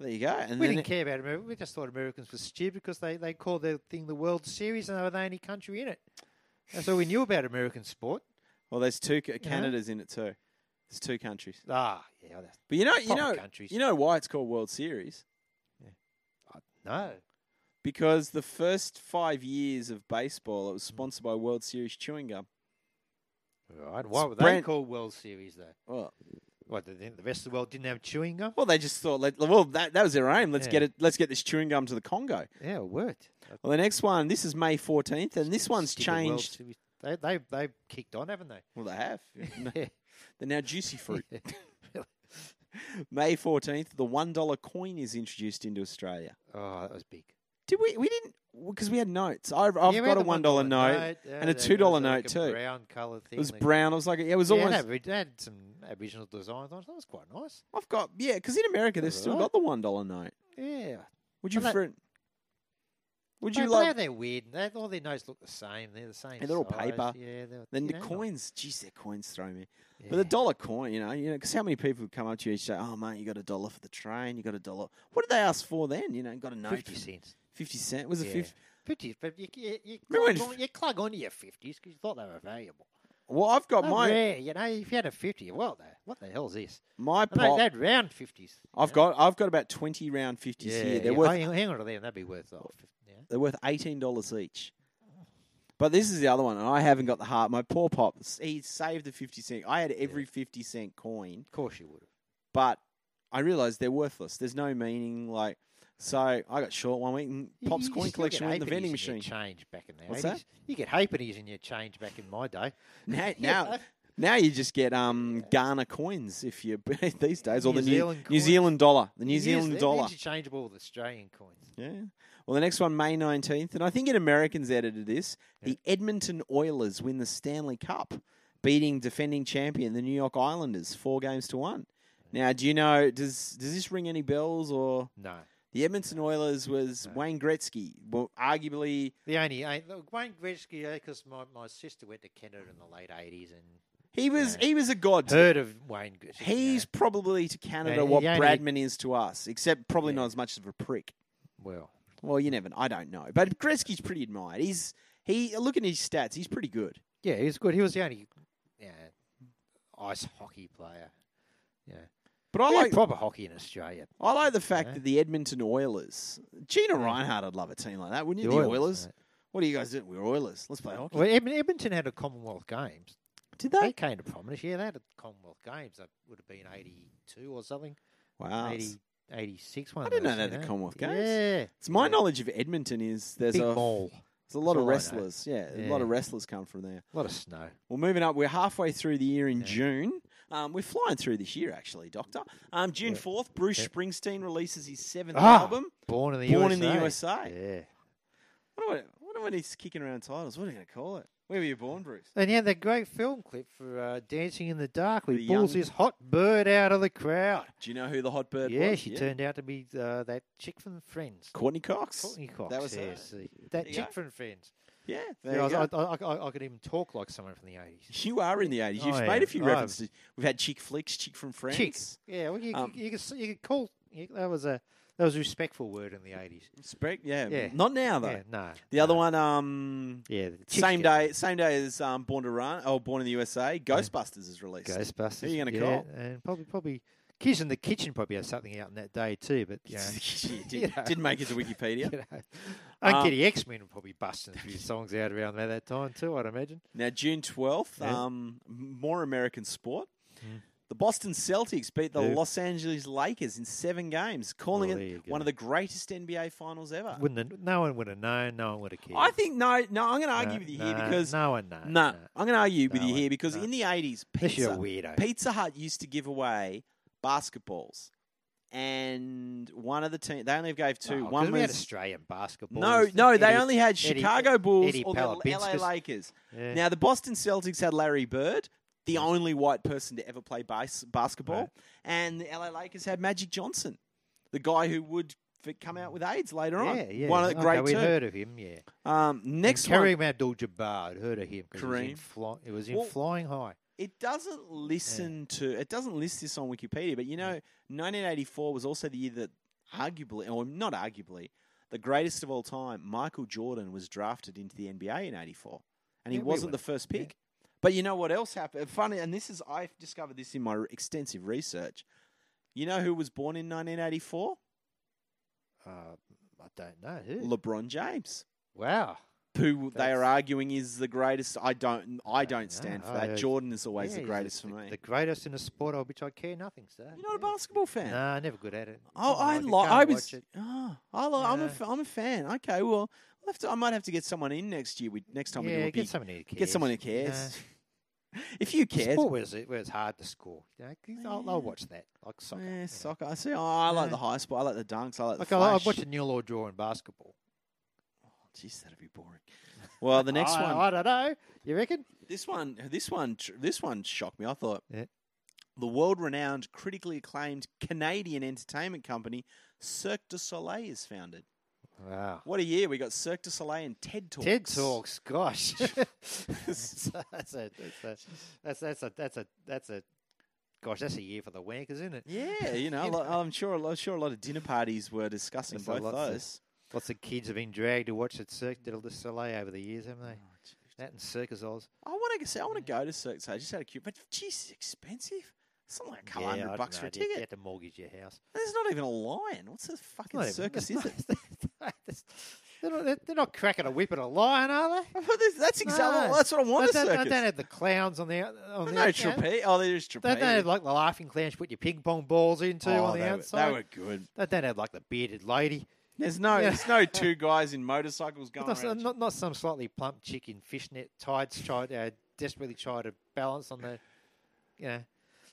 A: there you go. And
B: we
A: then
B: didn't
A: it-
B: care about America. We just thought Americans were stupid because they, they called their thing the World Series and they were the only country in it. That's all we knew about American sport.
A: Well, there's two. ca- Canada's in it too. There's two countries.
B: Ah, yeah, that's
A: But you know, you
B: Proper
A: know,
B: countries.
A: you know why it's called World Series?
B: no.
A: Because the first five years of baseball, it was
B: Mm.
A: sponsored by World Series chewing gum.
B: Right? Why were they
A: Brand-
B: called World Series though?
A: Well,
B: What the, the rest of the world didn't have chewing gum?
A: well, they just thought, let, well, that that was their aim. Let's
B: Yeah.
A: get it. Let's get this chewing gum to the Congo.
B: Yeah, it worked.
A: Well, the next one, this is May 14th, and this one's
B: Stupid World
A: changed.
B: Series. They they they kicked on, haven't they?
A: Well, they have.
B: Yeah.
A: They're now juicy fruit. May 14th, the one dollar coin is introduced into Australia.
B: oh, that was big.
A: Did we? We didn't because we had notes. I, I've
B: Yeah, we
A: got
B: had
A: a
B: the
A: one dollar note.
B: yeah,
A: and a
B: that
A: $2
B: was
A: note
B: like a
A: too.
B: Brown coloured thing.
A: It was
B: that-
A: brown. I was like, yeah, it was
B: Yeah,
A: almost.
B: it had, it had some Aboriginal designs on it. That was quite nice.
A: I've got yeah, because in America they've
B: Right.
A: still got the one dollar note.
B: Yeah.
A: Would you
B: Well,
A: fr- Would you
B: But now
A: like
B: they're weird. They, all their notes look the same. They're the same.
A: Yeah, they're all
B: size.
A: paper.
B: Yeah. They're,
A: then
B: you
A: the
B: know,
A: coins? Jeez, their coins throw me.
B: Yeah.
A: But the dollar coin, you know, you know, because how many people would come up to you each day? Oh mate, you got a dollar for the train. You got a dollar. What did they ask for then? You know, got a note.
B: fifty
A: for
B: cents.
A: Fifty cent was it
B: Yeah.
A: fifty?
B: Fifty. But you you, you,
A: Remember
B: clung,
A: when-
B: on, you clung onto your fifties because you thought they were valuable.
A: Well, I've got
B: They're
A: my
B: rare, you know, if you had a fifty, well, the- what the hell's this?
A: my
B: And they,
A: pop.
B: they had round fifties.
A: I've got I've got about twenty round fifties
B: Yeah,
A: here. They're
B: yeah.
A: worth
B: hang, hang on to them. That'd be worth off. Yeah.
A: they're worth eighteen dollars each. But this is the other one, and I haven't got the heart. My poor pop, he saved the fifty cent. I had every fifty cent coin,
B: Of course you would.
A: but I realised they're worthless. There's no meaning. Like, so I got short one week, and
B: You-
A: pop's
B: you
A: coin
B: still get
A: collection went in the vending
B: halfpennies in your
A: machine.
B: Change back in the
A: What's
B: 80s. You get halfpennies in your change back in my day.
A: Now,
B: You
A: now,
B: know?
A: now you just get um Ghana coins if you these days, or
B: New
A: the New,
B: Zealand
A: New
B: coins.
A: Zealand dollar, the
B: You
A: New
B: use
A: Zealand
B: them
A: dollar.
B: interchangeable with Australian coins.
A: Yeah. Well, the next one, May 19th. And I think an American's edited this. The Edmonton Oilers win the Stanley Cup, beating defending champion, the New York Islanders, four games to one. Now, do you know, does does this ring any bells? Or
B: No,
A: the Edmonton Oilers was
B: No.
A: Wayne Gretzky, well, arguably,
B: the only I, look, Wayne Gretzky because my, my sister went to Canada in the late eighties and
A: he was
B: Yeah.
A: he was a god. to-
B: heard of Wayne Gretzky. you know.
A: He's probably to Canada
B: Yeah,
A: what
B: he only-
A: Bradman is to us, except probably
B: Yeah.
A: not as much of a prick.
B: well,
A: Well, you never. I don't know, but Gretzky's pretty admired. He's he. Look at his stats. He's pretty good.
B: yeah, he was good. He was the only yeah, ice hockey player. Yeah,
A: But I
B: We had
A: like
B: proper hockey in Australia.
A: I like the fact
B: Yeah.
A: that the Edmonton Oilers, Gina
B: Yeah.
A: Reinhardt, would love a team like that, wouldn't you? The, Oilers.
B: mate.
A: What do you guys do? We're Oilers. Let's play hockey.
B: Well, Edmon- Edmonton had a Commonwealth Games.
A: Did
B: They came to prominence. Yeah, they had a Commonwealth Games. That would have been eighty-two or something.
A: Wow.
B: 80, 86
A: Ah.
B: one.
A: I
B: of
A: didn't know
B: those,
A: they
B: you
A: had the Commonwealth Games.
B: Yeah.
A: It's my
B: Yeah.
A: knowledge of Edmonton is there's
B: Big
A: a
B: mall.
A: there's a lot of
B: That's all I know.
A: wrestlers. Yeah, a lot of
B: Yeah.
A: wrestlers come from there.
B: A lot of snow.
A: Well, moving up, we're halfway through the year in
B: Yeah.
A: June. Um, we're flying through this year, actually, Doctor. Um, June
B: Yeah.
A: fourth, Bruce
B: Yeah.
A: Springsteen releases his seventh
B: Ah.
A: album.
B: Born in the
A: Born in
B: USA.
A: the USA.
B: Yeah.
A: I wonder what- I wonder when he's kicking around titles. What are you going to call it? Where were you born, Bruce?
B: And he had that great film clip for uh, Dancing in the Dark where
A: The
B: he pulls
A: young-
B: his hot bird out of the crowd.
A: Do you know who the hot bird was?
B: yeah, she turned out to be uh, that chick from Friends.
A: Courtney Cox.
B: Courtney Cox.
A: That was
B: yeah,
A: her.
B: see. That
A: There you
B: chick
A: go.
B: from Friends.
A: Yeah,
B: Yeah,
A: there
B: I,
A: you
B: was-
A: go.
B: I, I, I- I could even talk like someone from the 80s.
A: You are in the 80s. You've
B: I am.
A: made a few
B: I have.
A: references. We've had Chick Flicks, Chick from Friends.
B: Chick. Yeah, well, you,
A: Um,
B: you, could, s- you could call. You, that was a that was a respectful word in the 80s.
A: Spec, yeah.
B: Yeah.
A: Not now, though.
B: Yeah, no.
A: The other
B: no.
A: one, um,
B: Yeah, the chicks
A: same
B: get
A: day same day as um, Born to Run, or Born in the USA, Ghostbusters is released.
B: Ghostbusters.
A: Who you gonna
B: yeah,
A: call?
B: And probably, probably, Kids in the Kitchen probably has something out on that day too. But yeah,
A: Shit,
B: You
A: did,
B: know.
A: Didn't make it to
B: you
A: Wikipedia.
B: know,
A: Um,
B: Uncanny X Men were probably busting a few songs out around there that time too. I'd imagine.
A: Now, June 12th,
B: Yeah.
A: um, more American sport.
B: Mm.
A: The Boston Celtics beat the
B: Yeah.
A: Los Angeles Lakers in seven games, calling
B: Well, there you
A: it
B: go.
A: one of the greatest NBA finals ever.
B: Wouldn't have- no one would have known? No one would have cared.
A: Uh, I think, no, no, I'm going to
B: No,
A: argue with you here
B: no,
A: because
B: no one knows.
A: No, I'm going to argue with
B: No,
A: you
B: I-
A: here because
B: no.
A: in the 80s,
B: Unless you're a
A: pizza,
B: weirdo.
A: pizza Hut used to give away basketballs. And one of the team, they only gave two.
B: No, Oh, 'cause
A: One
B: we had
A: was.
B: Australian basketball.
A: No, no, they
B: Eddie-
A: only had
B: Eddie-
A: Chicago Bulls
B: Eddie
A: or the LA
B: Palapinskas.
A: Lakers.
B: Yeah.
A: Now, the Boston Celtics had Larry Bird, the only white person to ever play bas- basketball.
B: Right.
A: And the LA Lakers had Magic Johnson, the guy who would f- come out with AIDS later on.
B: yeah, yeah.
A: One of the
B: okay,
A: great
B: we
A: two.
B: heard of him. Yeah.
A: Um, next one.
B: Kareem Abdul-Jabbar. Heard of him? 'cause he was in
A: Kareem.
B: fly- It was in
A: Well,
B: flying high.
A: It doesn't listen to it doesn't list this on Wikipedia, but you know, 1984 was also the year that arguably, or not arguably, the greatest of all time, Michael Jordan was drafted into the NBA in 84, and he
B: Yeah, we
A: wasn't
B: were.
A: the first
B: Yeah.
A: pick. But you know what else happened? Uh, Funny, and this is I've discovered this in my re- extensive research. You know who was born in 1984?
B: Uh, I don't know who.
A: LeBron James.
B: wow.
A: Who they
B: That's-
A: are arguing is the greatest. I don't. I
B: know.
A: don't stand for
B: I-
A: that. Jordan is always
B: Yeah,
A: the
B: he's
A: greatest
B: the,
A: for me.
B: The greatest in a sport of which I care nothing, sir.
A: You're not a basketball fan.
B: Nah, never good at it.
A: Oh, I
B: Something
A: like.
B: can't
A: I
B: watch
A: was.
B: it.
A: Oh, I li- I'm a.
B: No.
A: F- I'm a fan. Okay, well, I'll have to, I might have to get someone in next year. We next time we do
B: yeah,
A: a
B: get
A: big,
B: someone who cares.
A: get someone who cares. if you
B: Nah.
A: cared,
B: Sport where it's, where it's hard to score. You know, 'cause I'll, I'll
A: Yeah.
B: watch that. Like soccer. you
A: yeah,
B: know.
A: soccer. I see. Oh, I like
B: Yeah.
A: the high spot. I like the dunks. I like the
B: Like I'll, I'll
A: flash.
B: watch a nil or draw in basketball.
A: Jeez, that'd be boring. Well, the next
B: I,
A: one.
B: I don't know. You reckon?
A: This one. This one. tr- This one shocked me. I thought.
B: Yeah.
A: The world-renowned, critically acclaimed Canadian entertainment company Cirque du Soleil is founded.
B: Wow.
A: What a year! We got Cirque du Soleil and TED Talks.
B: TED talks, gosh, that's a that's a that's that's a that's a that's a gosh, that's a year for the wankers, isn't it?
A: Yeah, you know,
B: You
A: lo-
B: know?
A: I'm sure. I'm sure a lot of dinner parties were discussing
B: There's a
A: both
B: lot to-
A: those.
B: Lots of kids have been dragged to watch it Cirque du Soleil over the years, haven't they? That and Circus Oz.
A: I want to say I want to go to Cirque. du Soleil. I just had a cute, but geez, it's expensive. Something like a couple
B: I
A: hundred bucks for
B: dunno,
A: a
B: do you
A: ticket.
B: have to mortgage your house.
A: And There's not even a lion. What's the fucking
B: Not even-
A: circus? Is it?
B: it's not- it's- They're not, they're- they're not cracking a whip at a lion, are they?
A: That's exactly
B: No.
A: that's what I want.
B: They
A: a
B: don't, they
A: circus.
B: don't have the clowns on the on
A: They don't
B: the
A: have
B: outside.
A: trapeze. Oh, there is
B: They
A: trapeze.
B: don't have like the laughing clowns you put your ping pong balls into
A: oh,
B: on the
A: they, were-
B: outside.
A: they were good.
B: They don't have like the bearded lady.
A: There's no,
B: Yeah.
A: there's no two guys in motorcycles going.
B: Not,
A: around.
B: not, not some slightly plump chick in fishnet tights try uh, desperately try to balance on the, you know,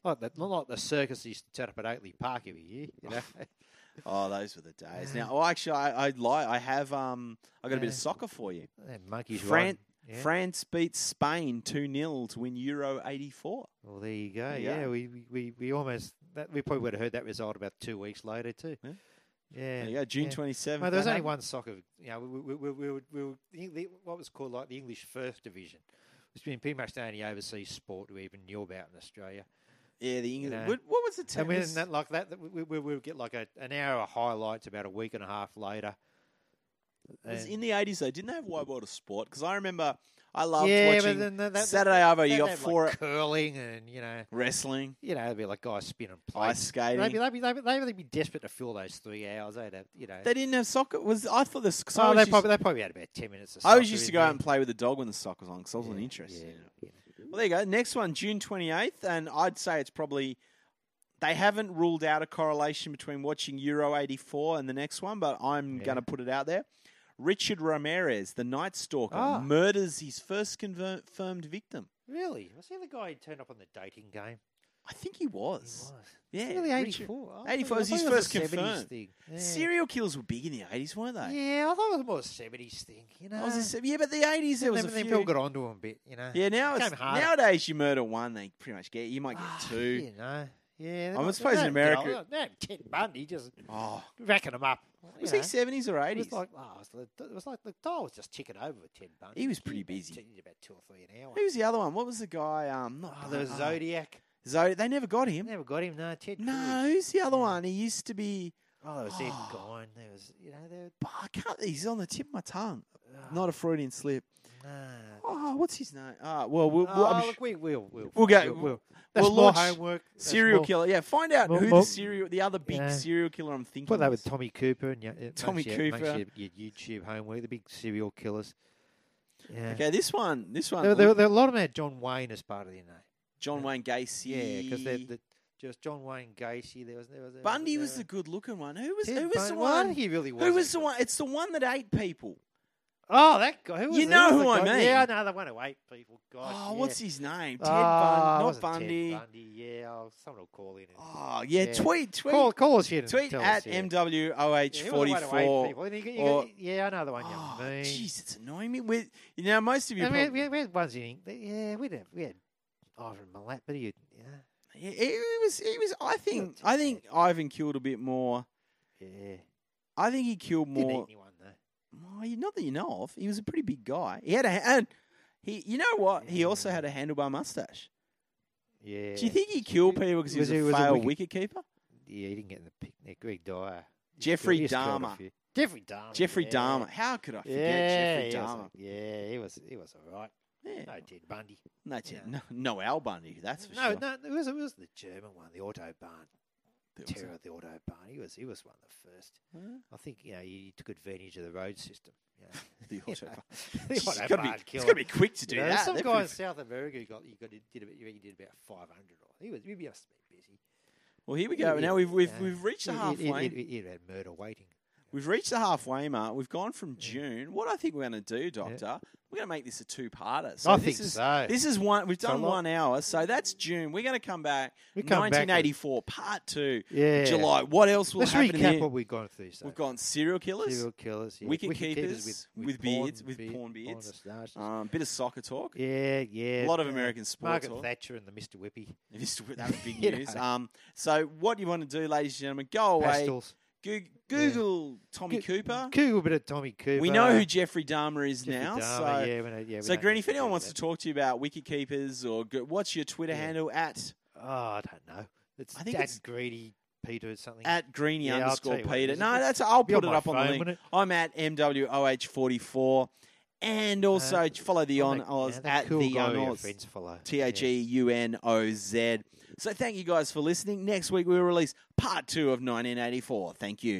B: like the, not like the circus that used to turn up at Oakley Park every year. You know,
A: Oh, those were the days. Now, well, actually, I, I lie. I have um, I got a bit of
B: Yeah.
A: soccer for you.
B: And monkeys
A: Fran-
B: riding- Yeah.
A: France beats Spain two 0 to win Euro '84.
B: Well, there you go.
A: Yeah.
B: Yeah, we, we- we, we almost that we probably would have heard that result about two weeks later too.
A: Yeah.
B: Yeah,
A: There you go, June
B: yeah.
A: 27th.
B: Mate,
A: that
B: there was only
A: happened.
B: one soccer. You know, we, we, we, we, were- we, were the Eng- the- what was called like the English First Division. It's been pretty much the only overseas sport we even knew about in Australia.
A: Yeah, the England.
B: know.
A: What, what was the
B: And
A: team?
B: we
A: Was-
B: didn't that, like that, that we, we, we would get like a, an hour of highlights about a week and a half later.
A: was
B: And-
A: in the '80s, they didn't they have Wide World of Sport because I remember I loved
B: yeah, but
A: watching
B: then that, that,
A: Saturday Arvo.
B: they'd
A: You got
B: have,
A: four
B: like curling and you know
A: wrestling,
B: you know, it'd be like guys spinning
A: ice
B: plates.
A: skating.
B: They'd be, they'd, be, they'd, be, they'd be desperate to fill those three hours. They'd have, you know.
A: they didn't have soccer. Was I thought the cause I
B: oh,
A: always
B: they
A: used-
B: probably, they probably had about 10 minutes of
A: I always
B: soccer
A: used to
B: in
A: go
B: there.
A: out and play with the dog when the soccer was on because I wasn't
B: Yeah,
A: interested.
B: yeah,
A: in it. Well, there you go. Next one, June 28th, and I'd say it's probably they haven't ruled out a correlation between watching Euro 84 and the next one, but I'm
B: Yeah.
A: going to put it out there. Richard Ramirez, the Night Stalker,
B: Ah.
A: murders his first conver- confirmed victim.
B: Really? Was he the guy who turned up on the dating game?
A: I think he
B: He
A: was.
B: was.
A: Yeah,
B: really
A: Richard-
B: 84. I thought-
A: 84
B: I
A: was
B: thought
A: his
B: it
A: first
B: a 70s
A: confirmed.
B: Thing. Yeah.
A: Serial killers were big in the 80s, weren't they?
B: Yeah, I thought it was more a 70s thing, you know.
A: I was just- yeah, but the 80s there was a
B: Then- then
A: few.
B: people got onto him a bit, you know.
A: Yeah, now
B: It
A: it's,
B: became harder.
A: nowadays you murder one, they pretty much get you might
B: Ah,
A: get two.
B: You know. Yeah.
A: I suppose in America-
B: No, Ted Bundy just
A: Oh,
B: racking them up. you
A: was
B: know.
A: he 70s or 80s?
B: It was like, oh, it, was, the- it was like the dial was just ticking over with Ted Bundy.
A: He was
B: Gee,
A: pretty
B: about
A: busy.
B: two- about two or three an hour.
A: Who's the other one? What was the guy? Um, not
B: Oh, there was Zodiac.
A: Zodi. They never got him.
B: Never got him. No, Ted.
A: No,
B: Cruz.
A: who's the other
B: Yeah.
A: one? He used to be.
B: Oh, there was Ed
A: Oh.
B: Gein. There was, you know, there.
A: But I can't. He's on the tip of my tongue.
B: Oh,
A: Not a Freudian slip.
B: no.
A: Oh, what's his name? Ah, well, we'll, we'll,
B: Oh,
A: I'm
B: look,
A: sh-
B: we will. We'll,
A: We'll go-
B: That's
A: we'll
B: more
A: launch
B: homework. That's
A: serial
B: more-
A: killer. Yeah, find out
B: Well,
A: who
B: well,
A: the serial, the other big
B: yeah.
A: serial killer I'm thinking.
B: Put that with
A: is.
B: Tommy Cooper and your, it makes
A: Tommy
B: your-
A: Cooper.
B: Makes your, your YouTube homework. The big serial killers. Yeah.
A: Okay, this one, this one,
B: There, there, there, a lot of them had John Wayne as part of their name.
A: John Wayne Gacy.
B: Yeah, because they're, the just John Wayne Gacy. There was there was there
A: Bundy
B: there
A: was the good-looking one. Who was
B: Ted
A: who was the
B: Bun-
A: one?
B: Well, he really was.
A: Who was
B: that
A: the
B: guy.
A: one? It's the one that ate people.
B: Oh, that guy. Who was
A: You
B: who
A: know
B: was
A: who
B: the
A: I
B: guy?
A: mean.
B: Yeah, no, the one who ate people. Gosh,
A: Oh,
B: yeah.
A: what's his name? Ted
B: Ah,
A: Bundy,
B: it
A: not
B: wasn't Ted
A: Bundy.
B: Bundy. Yeah, I'll, someone will call in. And
A: Oh yeah,
B: Yeah.
A: tweet, tweet,
B: call, call us here. and
A: tweet
B: tell
A: at
B: us, yeah. Yeah, he was the one who ate
A: MW0844.
B: people. And you got- you
A: or-
B: got- Yeah, I know the one you
A: Oh,
B: mean.
A: jeez, it's annoying me. With you know, most of you,
B: And we, had,
A: prob-
B: we, had, we had ones in England. Yeah, we had, we had Ivan Milat, but he, had- yeah,
A: Yeah, it was, it was. I think,
B: too
A: I think Ivan killed a bit more.
B: yeah.
A: I think he killed
B: Didn't eat
A: more.
B: anyone though.
A: Well, you- not that you know of. He was a pretty big guy. He had a and he, you know what? He also
B: Yeah.
A: had a handlebar mustache.
B: Yeah.
A: Do you think he killed people because he was,
B: Was he-
A: a
B: was a
A: failed
B: wicket-
A: wicket keeper?
B: Yeah, he didn't get in the picnic. Greg Dyer. He's
A: Jeffrey
B: killed- he's killed a
A: Dahmer.
B: few. Jeffrey Dahmer.
A: Jeffrey
B: Oh, yeah.
A: Dahmer. How could I
B: Yeah,
A: forget Jeffrey
B: he was
A: Dahmer?
B: a- yeah, he was he was all right.
A: Yeah.
B: No Ted Bundy.
A: No, it's-
B: Yeah.
A: no, no Al Bundy, that's for
B: no,
A: sure.
B: no, it was it was the German one, the Autobahn
A: There was a-
B: terror, of the Autobahn. He was he was one of the first.
A: Huh?
B: I think you know he took advantage of the road system. You know.
A: The
B: You
A: Autobahn.
B: know, the
A: Jeez, it's
B: Autobahn
A: gotta be-
B: killer.
A: It's got to be quick to do
B: You know,
A: that.
B: Some
A: They're
B: guy
A: pretty
B: in
A: f-
B: South America who got he got he did about you reckon he did about five hundred or he was he must be busy.
A: well, here we go.
B: He-
A: Now we've we've
B: yeah.
A: we've reached the
B: He- he-
A: halfway.
B: He, he, he had murder waiting.
A: We've reached the halfway mark. We've gone from June. What I think we're going to do, Doctor, we're going to make this a two-parter. So
B: I
A: this
B: think
A: is,
B: so.
A: This is one. We've
B: So
A: done
B: like-
A: one hour, so that's June. We're going to come back.
B: We come back with-
A: 1984, part two.
B: Yeah.
A: July. What else will
B: Let's
A: happen
B: recap
A: here?
B: what we've gone through. So.
A: We've gone serial killers,
B: serial killers, yeah.
A: wicket
B: wicketkeepers
A: keepers
B: with,
A: with
B: porn
A: beards- with
B: beard-
A: porn beards.
B: moustaches.
A: um, bit of soccer talk.
B: yeah,
A: A
B: yeah.
A: lot of
B: uh,
A: American sports.
B: Margaret
A: talk.
B: Thatcher and the Mister Whippy
A: If you still- that was big
B: You know.
A: news. Um, so what you want to do, ladies and gentlemen, go away.
B: pastels.
A: Goog- Google Tommy
B: Go-
A: Cooper.
B: Google a bit of Tommy Cooper.
A: We know who Jeffrey Dahmer is
B: uh, Jeffrey
A: now.
B: Dahmer,
A: so,
B: yeah, we know, yeah, we
A: so
B: know
A: Green,
B: who
A: if anyone
B: Jeffrey
A: wants to talk to you about wiki keepers or go- what's your Twitter
B: Yeah.
A: handle at
B: Dahmer. Oh, I don't know. It's
A: I think
B: at
A: it's-
B: greedy Peter or something.
A: at greeny
B: Yeah, I'll
A: underscore
B: tell you what,
A: Peter.
B: is it-
A: No, that's I'll
B: be
A: put it
B: on my
A: up on the
B: phone,
A: link.
B: wouldn't it?
A: I'm at MWOH44, and also
B: Uh,
A: follow the on
B: that-
A: Oz
B: yeah, that
A: at
B: cool
A: the
B: guy
A: on
B: your
A: Oz.
B: friends follow.
A: T H
B: Yeah.
A: E U N O Z. So thank you guys for listening. Next week we will release part two of 1984. Thank you.